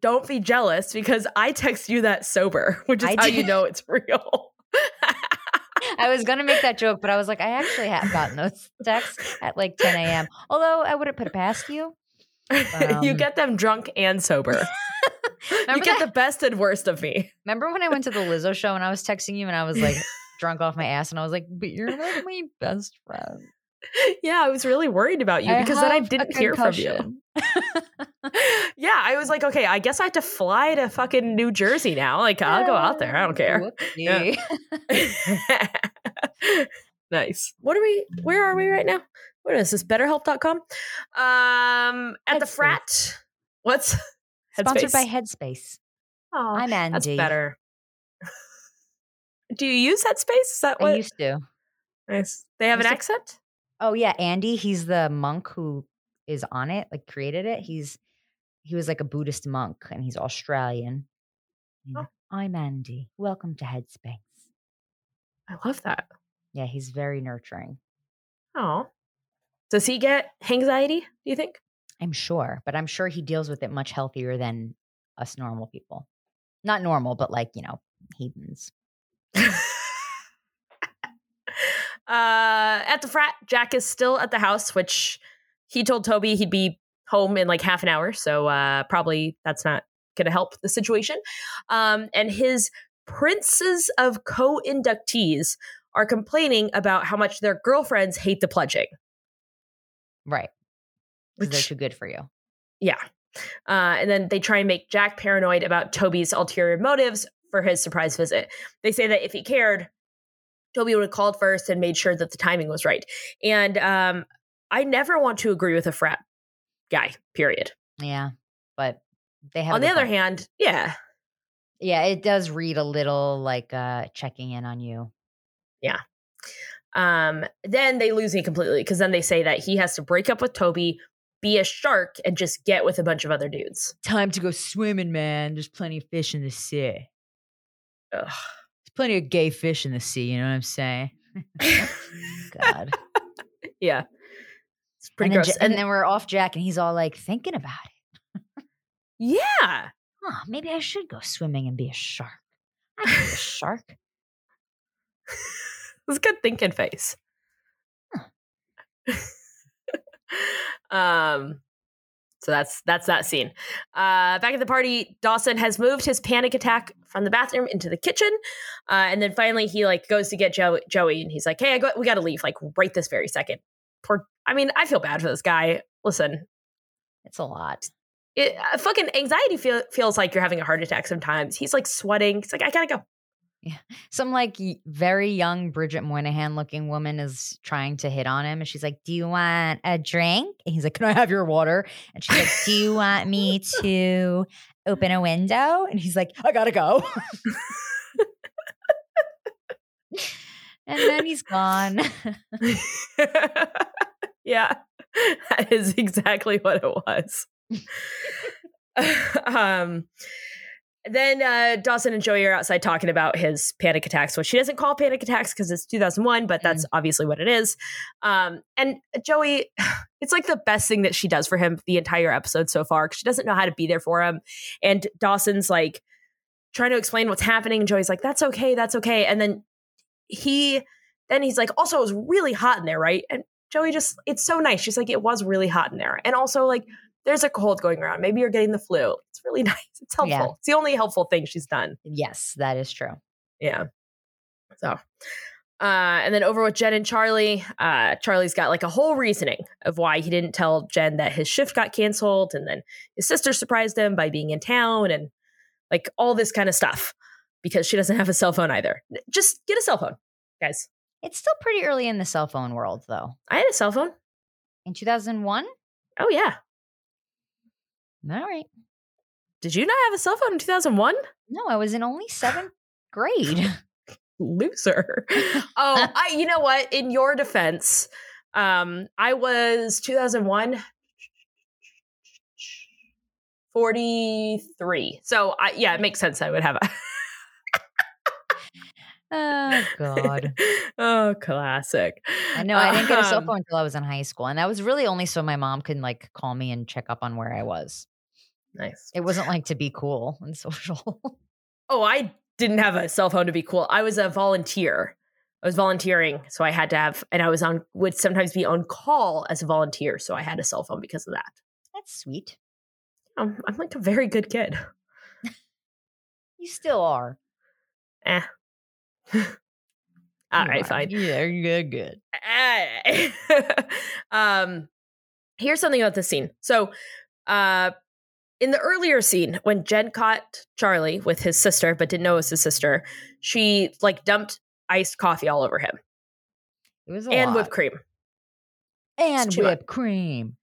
S1: don't be jealous because I text you that sober, which is
S2: I
S1: how
S2: did.
S1: you know it's real.
S2: I was gonna make that joke, but I was like, I actually have gotten those texts at like 10 a.m. Although I wouldn't put it past you.
S1: you
S2: Um,
S1: get them drunk and sober. you
S2: Remember
S1: get
S2: that-
S1: the best and worst of me.
S2: Remember when I went to the Lizzo show and I was texting you and I was like drunk off my ass and I was like, but you're like my best friend.
S1: Yeah, I was really worried about you because then I
S2: have a
S1: didn't hear from you.
S2: concussion."
S1: yeah, I was like, okay, I guess I have to fly to fucking New Jersey now. Like, I'll go out there. I don't care.
S2: Oh, Whoopsie.
S1: nice. What are we? Where are we right now? What is this? BetterHelp.com. Um, at the
S2: Headspace.
S1: frat. What's
S2: Sponsored by
S1: Headspace.
S2: Headspace.
S1: Aw,
S2: I'm Andy.
S1: Oh, that's better. Do you use Headspace? Is that
S2: I
S1: what?
S2: used to.
S1: nice. They have an
S2: used to-
S1: accent.
S2: Oh yeah, Andy. He's the monk who is on it, like created it. He's he was like a Buddhist monk, and he's Australian. You
S1: Oh.
S2: know, I'm Andy. Welcome to Headspace.
S1: I love that.
S2: Yeah, he's very nurturing.
S1: Oh, does he get anxiety? Do you think?
S2: I'm sure, but I'm sure he deals with it much healthier than us normal people. Not normal, but like you know, heathens.
S1: uh, Uh, at the frat, Jack is still at the house, which he told Toby he'd be home in like half an hour. So uh, probably that's not going to help the situation. Um, and his princes of co inductees are complaining about how much their girlfriends hate the pledging.
S2: Right. 'cause they're
S1: Which-
S2: too good for you.
S1: Yeah. Uh, and then they try and make Jack paranoid about Toby's ulterior motives for his surprise visit. They say that if he cared, Toby would have called first and made sure that the timing was right. And um, I never want to agree with a frat guy, period.
S2: Yeah. But they have a
S1: On the
S2: good
S1: other
S2: point.
S1: hand, yeah,
S2: Yeah, it does read a little like uh checking in on you.
S1: um, then they lose me completely because then they say that he has to break up with Toby, be a shark, and just get with a bunch of other dudes.
S2: Time to go swimming, man. There's plenty of fish in the sea. There's
S1: Ugh.
S2: plenty of gay fish in the sea, you know what I'm saying? God.
S1: yeah. It's pretty
S2: and then,
S1: gross.
S2: Ja- and then we're off Jack and he's all like thinking about it.
S1: yeah.
S2: Huh, maybe I should go swimming and be a shark. I could be a shark.
S1: It's a good thinking face. um, So that's that's that scene. Uh, back at the party, Dawson has moved his panic attack from the bathroom into the kitchen, uh, and then finally he like goes to get Joe- Joey, and he's like, "Hey, I go- we got to leave like right this very second. Poor. I mean, I feel bad for this guy. Listen,
S2: It's a lot.
S1: it, uh, fucking anxiety feel- feels like you're having a heart attack sometimes. He's like sweating. He's like, I gotta go.
S2: Some like y- very young Bridget Moynihan looking woman is trying to hit on him, and she's like, "Do you want a drink?" And he's like, "Can I have your water?" And she's like, "Do you want me to open a window?" And he's like, "I gotta go." and then he's gone.
S1: yeah, that is exactly what it was. um, then uh, Dawson and Joey are outside talking about his panic attacks, which she doesn't call panic attacks because it's 2001, but that's obviously what it is. Um, and Joey, it's like the best thing that she does for him the entire episode so far 'cause she doesn't know how to be there for him. And Dawson's like trying to explain what's happening, and Joey's like, "That's okay, that's okay." And then he, then he's like, "Also, it was really hot in there, right?" And Joey just, it's so nice. She's like, "It was really hot in there," and also like there's a cold going around. Maybe you're getting the flu. It's really nice. It's helpful.
S2: Yeah.
S1: It's the only helpful thing she's done.
S2: yes, that is true.
S1: Yeah. So, uh, and then over with Jen and Charlie, uh, Charlie's got like a whole reasoning of why he didn't tell Jen that his shift got canceled. And then his sister surprised him by being in town and like all this kind of stuff because she doesn't have a cell phone either. Just get a cell phone, guys.
S2: It's still pretty early in the cell phone world, though.
S1: I had a cell phone.
S2: In 2001?
S1: Oh, yeah.
S2: All right.
S1: Did you not have a cell phone in 2001?
S2: No, I was in only seventh grade.
S1: loser. oh, I, you know what? In your defense, um, I was 2001, 43. So I, yeah, it makes sense. I would have a
S2: oh, God.
S1: oh, classic.
S2: I know. I didn't get a cell
S1: Um,
S2: phone until I was in high school. And that was really only so my mom can like call me and check up on where I was.
S1: Nice.
S2: It wasn't like to be cool and social.
S1: Oh, I didn't have a cell phone to be cool. I was a volunteer. I was volunteering, so I had to have, and I was on would sometimes be on call as a volunteer, so I had a cell phone because of that.
S2: That's sweet.
S1: Um, I'm like a very good kid.
S2: You still are.
S1: Eh. All
S2: You
S1: right,
S2: are.
S1: fine.
S2: Yeah, you're good.
S1: Eh. um, here's something about this scene. So, uh, in the earlier scene, when Jen caught Charlie with his sister, but didn't know it was his sister, she like dumped iced coffee all over him
S2: It was a
S1: and
S2: lot.
S1: whipped cream.
S2: and
S1: too much.
S2: whipped cream.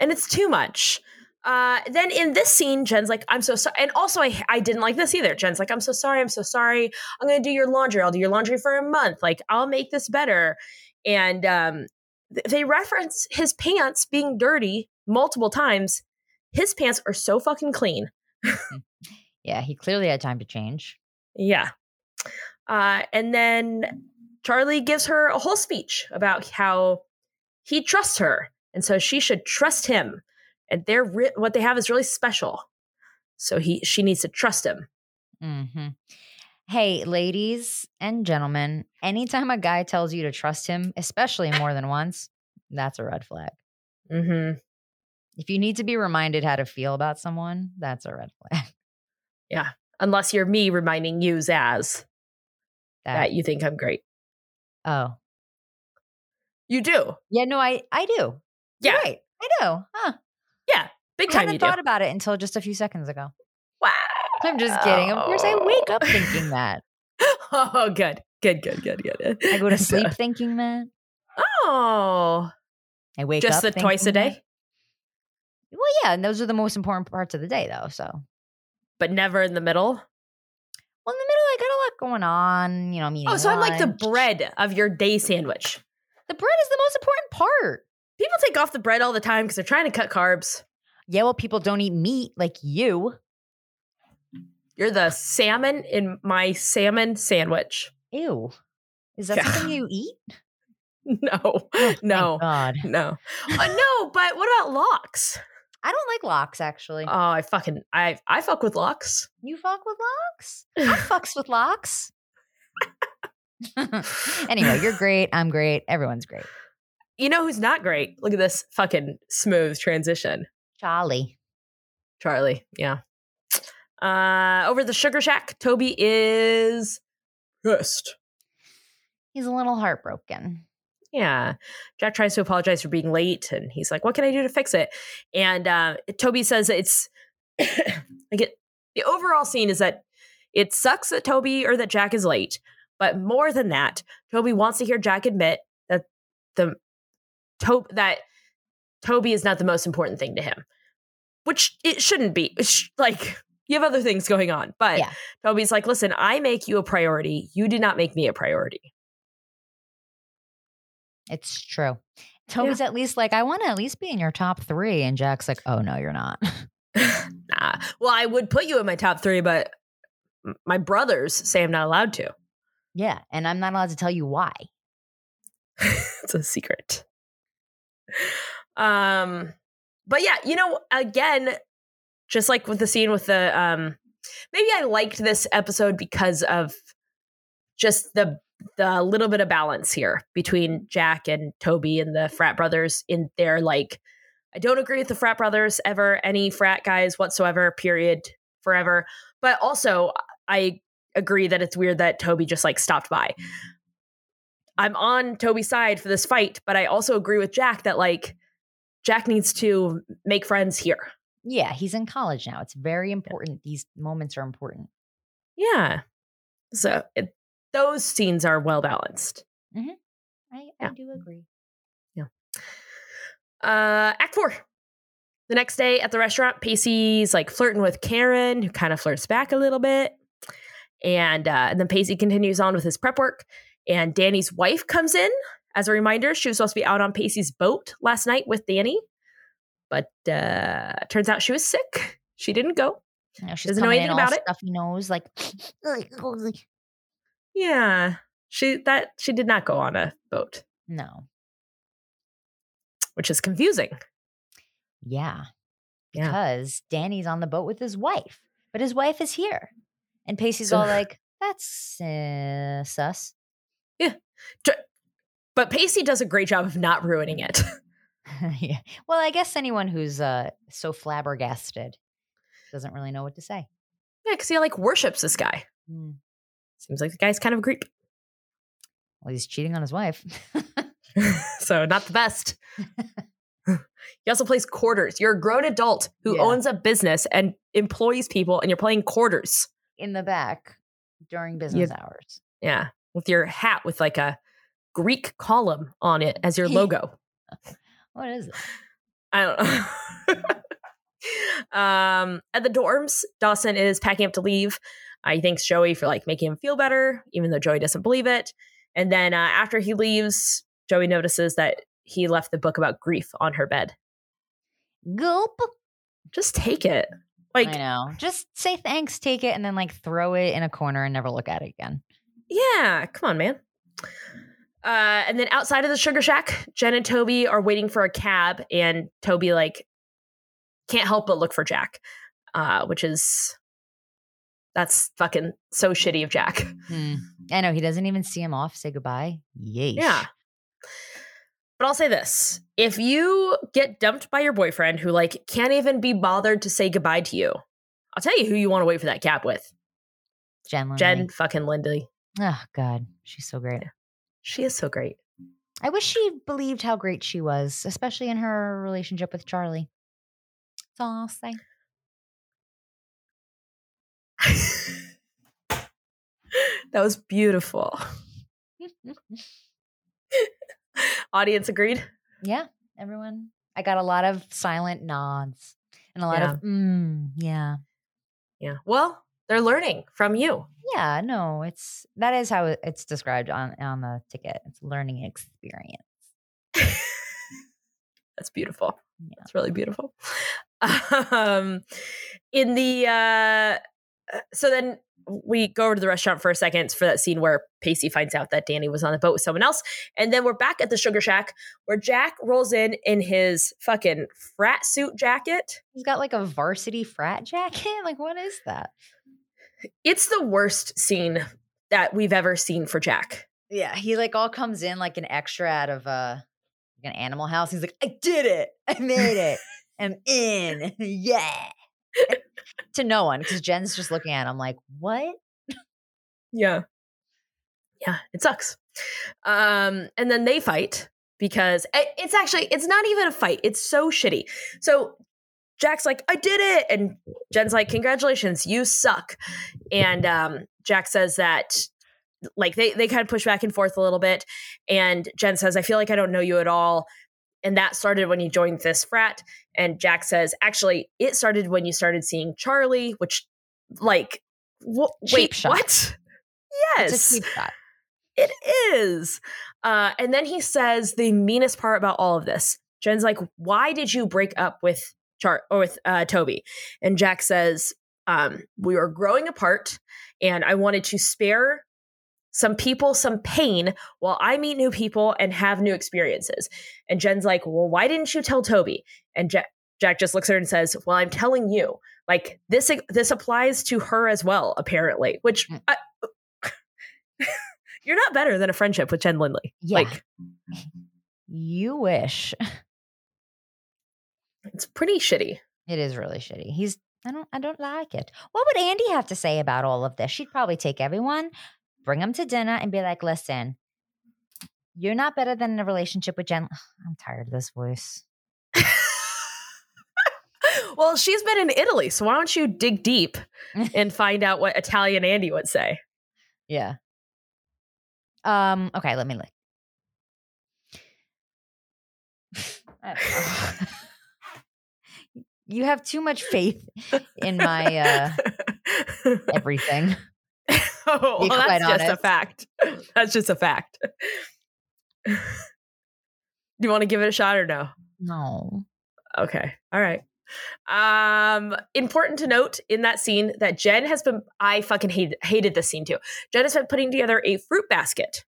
S1: and it's too much. Uh, then in this scene, Jen's like, "I'm so sorry," and also I I didn't like this either. Jen's like, "I'm so sorry, I'm so sorry. I'm gonna do your laundry. I'll do your laundry for a month. Like I'll make this better." And um, th- they reference his pants being dirty multiple times. His pants are so fucking clean.
S2: Yeah, he clearly had time to change.
S1: Yeah. Uh, and then Charlie gives her a whole speech about how he trusts her, and so she should trust him. And they're re- what they have is really special. So he she needs to trust him.
S2: hmm Hey, ladies and gentlemen, anytime a guy tells you to trust him, especially more than once, that's a red flag.
S1: Mm-hmm.
S2: If you need to be reminded how to feel about someone, that's a red flag.
S1: Unless you're me reminding you, Zaz,
S2: That,
S1: that you think I'm great.
S2: oh,
S1: You do,
S2: yeah, no, I I do. You're
S1: Yeah.
S2: right. I do. Huh?
S1: big
S2: I
S1: time. You
S2: hadn't
S1: do.
S2: thought about it until just a few seconds ago.
S1: Wow.
S2: I'm just kidding. Of course, I wake up thinking that.
S1: Oh, good, good, good, good, good.
S2: I go to sleep thinking that.
S1: Oh,
S2: I wake
S1: just
S2: up
S1: the twice a
S2: thinking
S1: day,
S2: that. Well, yeah, and those are the most important parts of the day, though. So, well,
S1: but never in the middle.
S2: in the middle, I got a lot going on. You know, I'm eating.
S1: Oh, so I'm like the
S2: lunch.
S1: bread of your day sandwich.
S2: The bread is the most important part.
S1: People take off the bread all the time because they're trying to cut carbs.
S2: Yeah, well, people don't eat meat like you.
S1: You're the salmon in my salmon sandwich.
S2: Ew, is that
S1: Yeah.
S2: something you eat?
S1: No,
S2: Oh, thank
S1: No.
S2: God.
S1: no, uh, no. But what about locks?
S2: I don't like locks, actually.
S1: Oh, I fucking I I fuck with locks.
S2: you fuck with locks? I fucks with locks. anyway, you're great. I'm great. Everyone's great.
S1: You know who's not great? Look at this fucking smooth transition.
S2: Charlie.
S1: Charlie. Yeah. Uh, over the Sugar Shack, Toby is pissed.
S2: He's a little heartbroken.
S1: Yeah. Jack tries to apologize for being late, and he's like, "What can I do to fix it?" And uh, Toby says that it's like it, the overall scene is that it sucks that Toby or that Jack is late, but more than that, Toby wants to hear Jack admit that the to- that Toby is not the most important thing to him, which it shouldn't be. It's sh- like you have other things going on, but
S2: Yeah.
S1: Toby's like, "Listen, I make you a priority. You did not make me a priority."
S2: It's true. Toby's at least like, I want to at least be in your top three. And Jack's like, oh, no, you're not.
S1: nah. Well, I would put you in my top three, but m- my brothers say I'm not allowed to.
S2: yeah. And I'm not allowed to tell you why.
S1: it's a secret. Um, but yeah, you know, again, just like with the scene with the um, maybe I liked this episode because of just the the little bit of balance here between Jack and Toby and the frat brothers in their like I don't agree with the frat brothers ever any frat guys whatsoever period forever but also I agree that it's weird that Toby just like stopped by I'm on Toby's side for this fight, but I also agree with Jack that like Jack needs to make friends here.
S2: Yeah. He's in college now. It's very important. These moments are important.
S1: Yeah. So it, those scenes are well balanced.
S2: I,
S1: Yeah.
S2: I do agree.
S1: Uh, act four. The next day at the restaurant, Pacey's like flirting with Karen, who kind of flirts back a little bit. And, uh, and then Pacey continues on with his prep work. And Danny's wife comes in. As a reminder, she was supposed to be out on Pacey's boat last night with Danny, but uh, turns out she was sick. She didn't go.
S2: You know, she's
S1: Doesn't know
S2: coming in
S1: anything
S2: all
S1: about it.
S2: Stuffy nose, like,
S1: Yeah. She that she did not go on a boat,
S2: no,
S1: which is confusing.
S2: yeah,
S1: Yeah.
S2: because Danny's on the boat with his wife, but his wife is here, and Pacey's all
S1: So-
S2: like, "That's uh, sus."
S1: But Pacey does a great job of not ruining it.
S2: yeah. Well, I guess anyone who's uh, so flabbergasted doesn't really know what to say.
S1: yeah, because he like worships this guy.
S2: Hmm.
S1: Seems like the guy's kind of a creep.
S2: Well, he's cheating on his wife.
S1: so not the best. he also plays quarters. You're a grown adult who
S2: Yeah.
S1: owns a business and employs people and you're playing quarters.
S2: in the back during business hours.
S1: Yeah. With your hat with like a Greek column on it as your logo.
S2: What is it?
S1: I don't know. um, at the dorms, Dawson is packing up to leave. Uh, he thanks Joey for like making him feel better, even though Joey doesn't believe it. And then uh, after he leaves, Joey notices that he left the book about grief on her bed.
S2: Gulp.
S1: Just take it. Like,
S2: I know. Just say thanks, take it, and then like throw it in a corner and never look at it again.
S1: yeah, come on, man. Uh, and then outside of the sugar shack, Jen and Toby are waiting for a cab, and Toby like can't help but look for Jack, uh, which is that's fucking so shitty of Jack. Hmm.
S2: I know he doesn't even see him off, say goodbye. Yeesh.
S1: Yeah. But I'll say this. If you get dumped by your boyfriend who like can't even be bothered to say goodbye to you, I'll tell you who you want to wait for that cab with.
S2: Jen. Lindley.
S1: Jen fucking Lindy.
S2: Oh God, she's so great.
S1: She is so great.
S2: I wish she believed how great she was, especially in her relationship with Charlie. That's all I'll say.
S1: that was beautiful.
S2: Mm-hmm.
S1: Audience agreed?
S2: yeah, everyone. I got a lot of silent nods and a lot of mm, yeah,
S1: Yeah. Well, they're learning from you.
S2: yeah. No, it's that is how it- it's described on on the ticket. It's learning experience.
S1: That's beautiful.
S2: Yeah.
S1: That's really beautiful. Um, in the uh, so then we go over to the restaurant for a second for that scene where Pacey finds out that Danny was on the boat with someone else, and then we're back at the Sugar Shack where Jack rolls in in his fucking frat suit jacket.
S2: He's got like a varsity frat jacket. Like, what is that?
S1: It's the worst scene that we've ever seen for Jack.
S2: Yeah, he like all comes in like an extra out of uh like an animal house. He's like, I did it. I made it. am in. yeah. to no one because Jen's just looking at him like, what?
S1: Yeah. Yeah, it sucks. Um, and then they fight because i- it's actually it's not even a fight. It's so shitty. So Jack's like, "I did it," and Jen's like, "Congratulations, you suck." And um, Jack says that like they they kind of push back and forth a little bit, and Jen says, "I feel like I don't know you at all." And that started when you joined this frat. And Jack says, actually, it started when you started seeing Charlie, which, like, wh-
S2: Cheap
S1: wait,
S2: shot.
S1: what? Yes.
S2: It's a cheap shot.
S1: It is. Uh, and then he says the meanest part about all of this. Jen's like, "Why did you break up with Char or with uh, Toby?" And Jack says, um, "We were growing apart, and I wanted to spare some people some pain while I meet new people and have new experiences." And Jen's like, "Well, why didn't you tell Toby?" And Jack Jack just looks at her and says, "Well, I'm telling you. Like this this applies to her as well, apparently." Which I, you're not better than a friendship with Jen Lindley.
S2: Yeah.
S1: Like
S2: you wish.
S1: it's pretty shitty.
S2: It is really shitty. He's I don't I don't like it. What would Andy have to say about all of this? She'd probably take everyone, bring them to dinner and be like, "Listen, you're not better than in a relationship with Jen." I'm tired of this voice.
S1: well, she's been in Italy, so why don't you dig deep and find out what Italian Andy would say?
S2: Yeah. Um okay, let me look. I don't know. you have too much faith in my uh everything.
S1: oh, well,
S2: Be quite
S1: that's just a
S2: honest.
S1: fact. That's just a fact. Do you want to give it a shot or no?
S2: No.
S1: Okay. All right. Um important to note in that scene that Jen has been I fucking hate, hated this scene too. Jen has been putting together a fruit basket.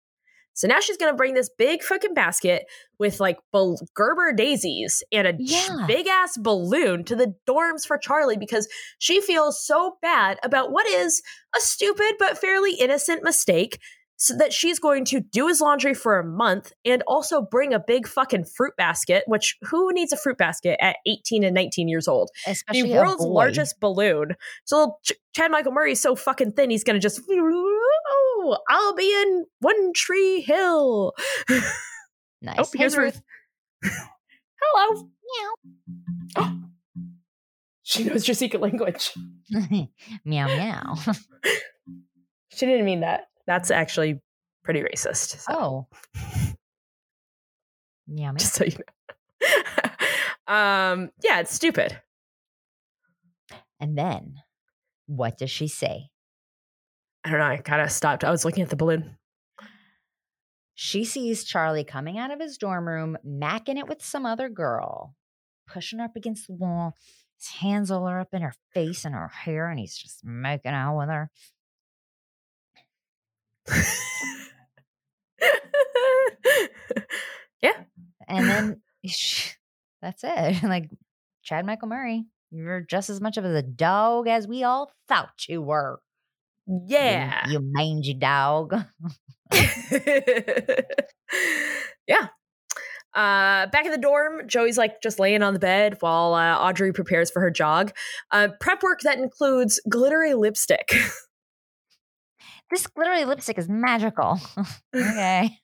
S1: So now she's going to bring this big fucking basket with like bal- Gerber daisies and a
S2: Yeah.
S1: big ass balloon to the dorms for Charlie because she feels so bad about what is a stupid but fairly innocent mistake so that she's going to do his laundry for a month and also bring a big fucking fruit basket, which who needs a fruit basket at 18 and 19 years old?
S2: Especially
S1: the
S2: a
S1: world's
S2: boy.
S1: largest balloon. So Ch- Chad Michael Murray is so fucking thin, he's gonna just. "Ooh, I'll be in One Tree Hill.
S2: Nice.
S1: Oh, here's
S2: Hey,
S1: Ruth. Hello.
S2: Meow.
S1: She knows your secret language.
S2: meow meow.
S1: She didn't mean that. That's actually pretty racist. So,
S2: Oh. meow meow.
S1: Just so you know. um. Yeah, it's stupid.
S2: and then what does she say?
S1: I don't know. I kind of stopped. I was looking at the balloon.
S2: She sees Charlie coming out of his dorm room, macking it with some other girl, pushing her up against the wall. His hands all are up in her face and her hair, and he's just making out with her. And then sh- that's it. like Chad Michael Murray, you're just as much of a dog as we all thought you were. You-
S1: yeah.
S2: You, mangy dog.
S1: yeah. Uh, back at the dorm, Joey's like just laying on the bed while uh, Audrey prepares for her jog. Uh, prep work that includes glittery lipstick.
S2: This glittery lipstick is magical. okay.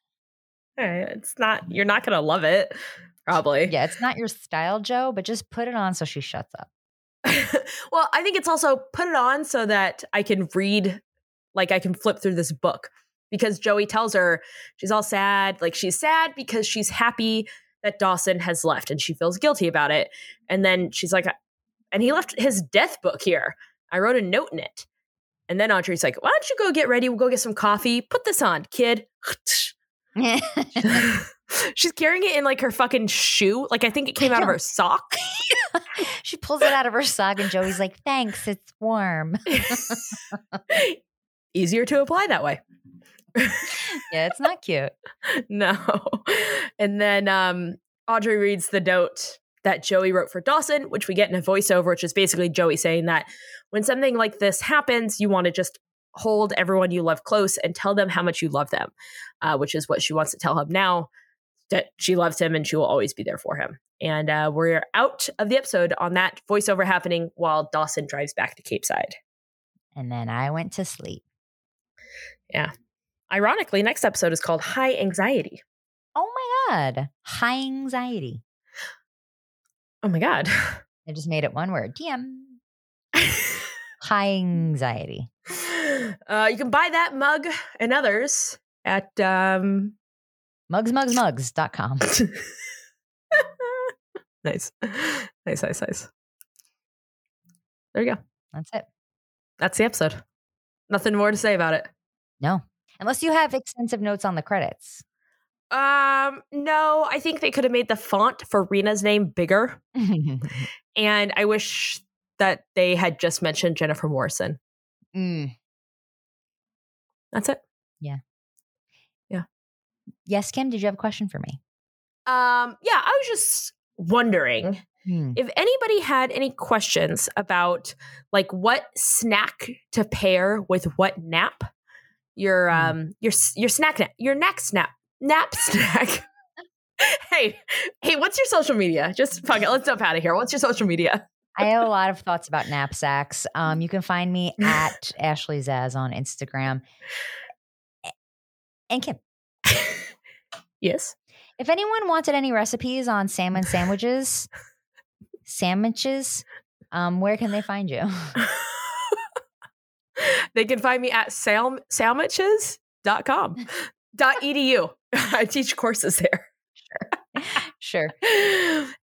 S1: Alright, it's not, you're not going to love it, probably.
S2: Yeah, it's not your style, Joe, but just put it on so she shuts up.
S1: well, I think it's also put it on so that I can read, like I can flip through this book because Joey tells her she's all sad. Like she's sad because she's happy that Dawson has left and she feels guilty about it. And then she's like, and he left his death book here. I wrote a note in it. And then Audrey's like, why don't you go get ready? We'll go get some coffee. Put this on, kid. she's carrying it in like her fucking shoe. Like I think it came out of her sock.
S2: she pulls it out of her sock, and Joey's like, thanks, it's warm.
S1: Easier to apply that way.
S2: Yeah, it's not cute.
S1: no. And then um, Audrey reads the note that Joey wrote for Dawson, which we get in a voiceover, which is basically Joey saying that when something like this happens, you want to just hold everyone you love close and tell them how much you love them, uh, which is what she wants to tell him now. that she loves him and she will always be there for him. And uh, we're out of the episode on that voiceover happening while Dawson drives back to Cape Side.
S2: And then I went to sleep.
S1: Ironically, next episode is called High Anxiety.
S2: Oh my God. High anxiety.
S1: Oh my God.
S2: I just made it one word. TM. High anxiety.
S1: uh, you can buy that mug and others at um,
S2: Mugsmugsmugs.com.
S1: nice. Nice, nice, nice. There you go.
S2: That's it.
S1: That's the episode. Nothing more to say about it.
S2: No. Unless you have extensive notes on the credits.
S1: Um, no, I think they could have made the font for Rena's name bigger.
S2: Mm.
S1: And I wish that they had just mentioned Jennifer Morrison. That's it.
S2: Yes, Kim, did you have a question for me?
S1: Um, yeah, I was just wondering
S2: Hmm.
S1: if anybody had any questions about like what snack to pair with what nap your
S2: Hmm.
S1: um your s- your snack nap your nap snap nap snack hey hey what's your social media just fuck it let's jump out of here what's your social media
S2: I have a lot of thoughts about knapsacks. Um, you can find me at Ashley Zaz on Instagram. And Kim,
S1: yes
S2: if anyone wanted any recipes on salmon sandwiches, sandwiches, um, where can they find you?
S1: they can find me at salm sandwiches.com dot edu i teach courses there
S2: sure.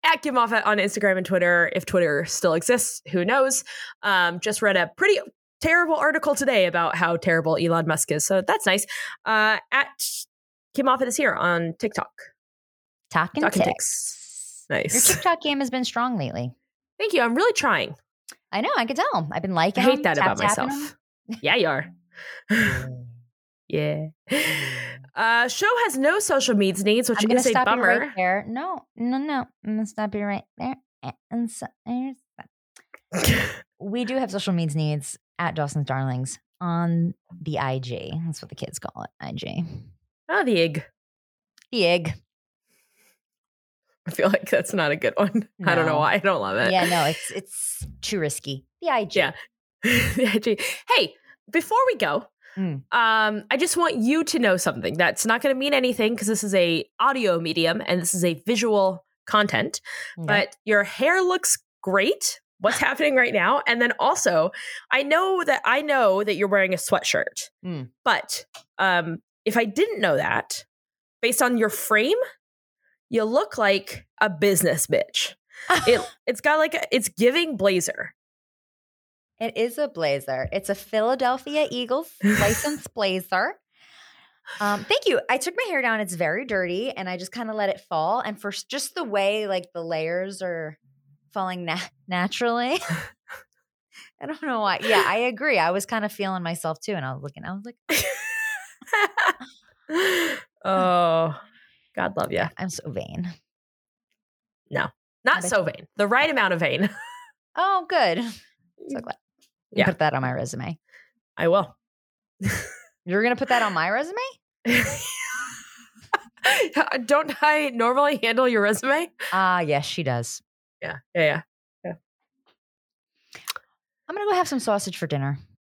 S1: at Kim Moffat on Instagram and Twitter, if Twitter still exists, who knows? Um, just read a pretty terrible article today about how terrible Elon Musk is, so that's nice. Uh, at Kim Moffat is here on TikTok.
S2: Talking
S1: Talking ticks.
S2: ticks.
S1: Nice.
S2: Your TikTok game has been strong lately.
S1: Thank you. I'm really trying.
S2: I know. I can tell. I've been liking.
S1: I hate
S2: them,
S1: that
S2: tap
S1: about
S2: tapping
S1: myself. Yeah, you are.
S2: them.
S1: Yeah. Uh, show has no social media needs, which
S2: I'm gonna
S1: is a
S2: stop you
S1: bummer.
S2: right there. No, no, no. I'm gonna stop you right there. Eh, And so, there's that. we do have social media needs at Dawson's Darlings on the IG. That's what the kids call it. IG.
S1: Oh, the egg.
S2: The egg.
S1: I feel like that's not a good one. I don't know
S2: No.
S1: why. I don't love it.
S2: Yeah, no, it's it's too risky. The IG.
S1: Yeah. Yeah, gee. hey, before we go,
S2: Mm.
S1: um, I just want you to know something that's not going to mean anything because this is a audio medium and this is a visual content.
S2: Okay.
S1: But your hair looks great. What's happening right now? And then also, I know that I know that you're wearing a sweatshirt,
S2: Mm.
S1: but um, if I didn't know that, based on your frame, you look like a business bitch. It it's got like a, it's giving blazer.
S2: It is a blazer. It's a Philadelphia Eagles license blazer. Um, thank you. I took my hair down. It's very dirty, and I just kind of let it fall. And for s- just the way, like the layers are falling na- naturally. I don't know why. Yeah, I agree. I was kind of feeling myself too, and I was looking. I was like,
S1: oh, God love you.
S2: I'm so vain.
S1: Not so vain. The right amount of vain.
S2: Oh, good. So glad. You
S1: Yeah.
S2: Put that on my resume.
S1: I will.
S2: You're gonna put that on my resume?
S1: Don't I normally handle your resume?
S2: Ah, yes, she does.
S1: Yeah, yeah, yeah.
S2: I'm gonna go have some sausage for dinner.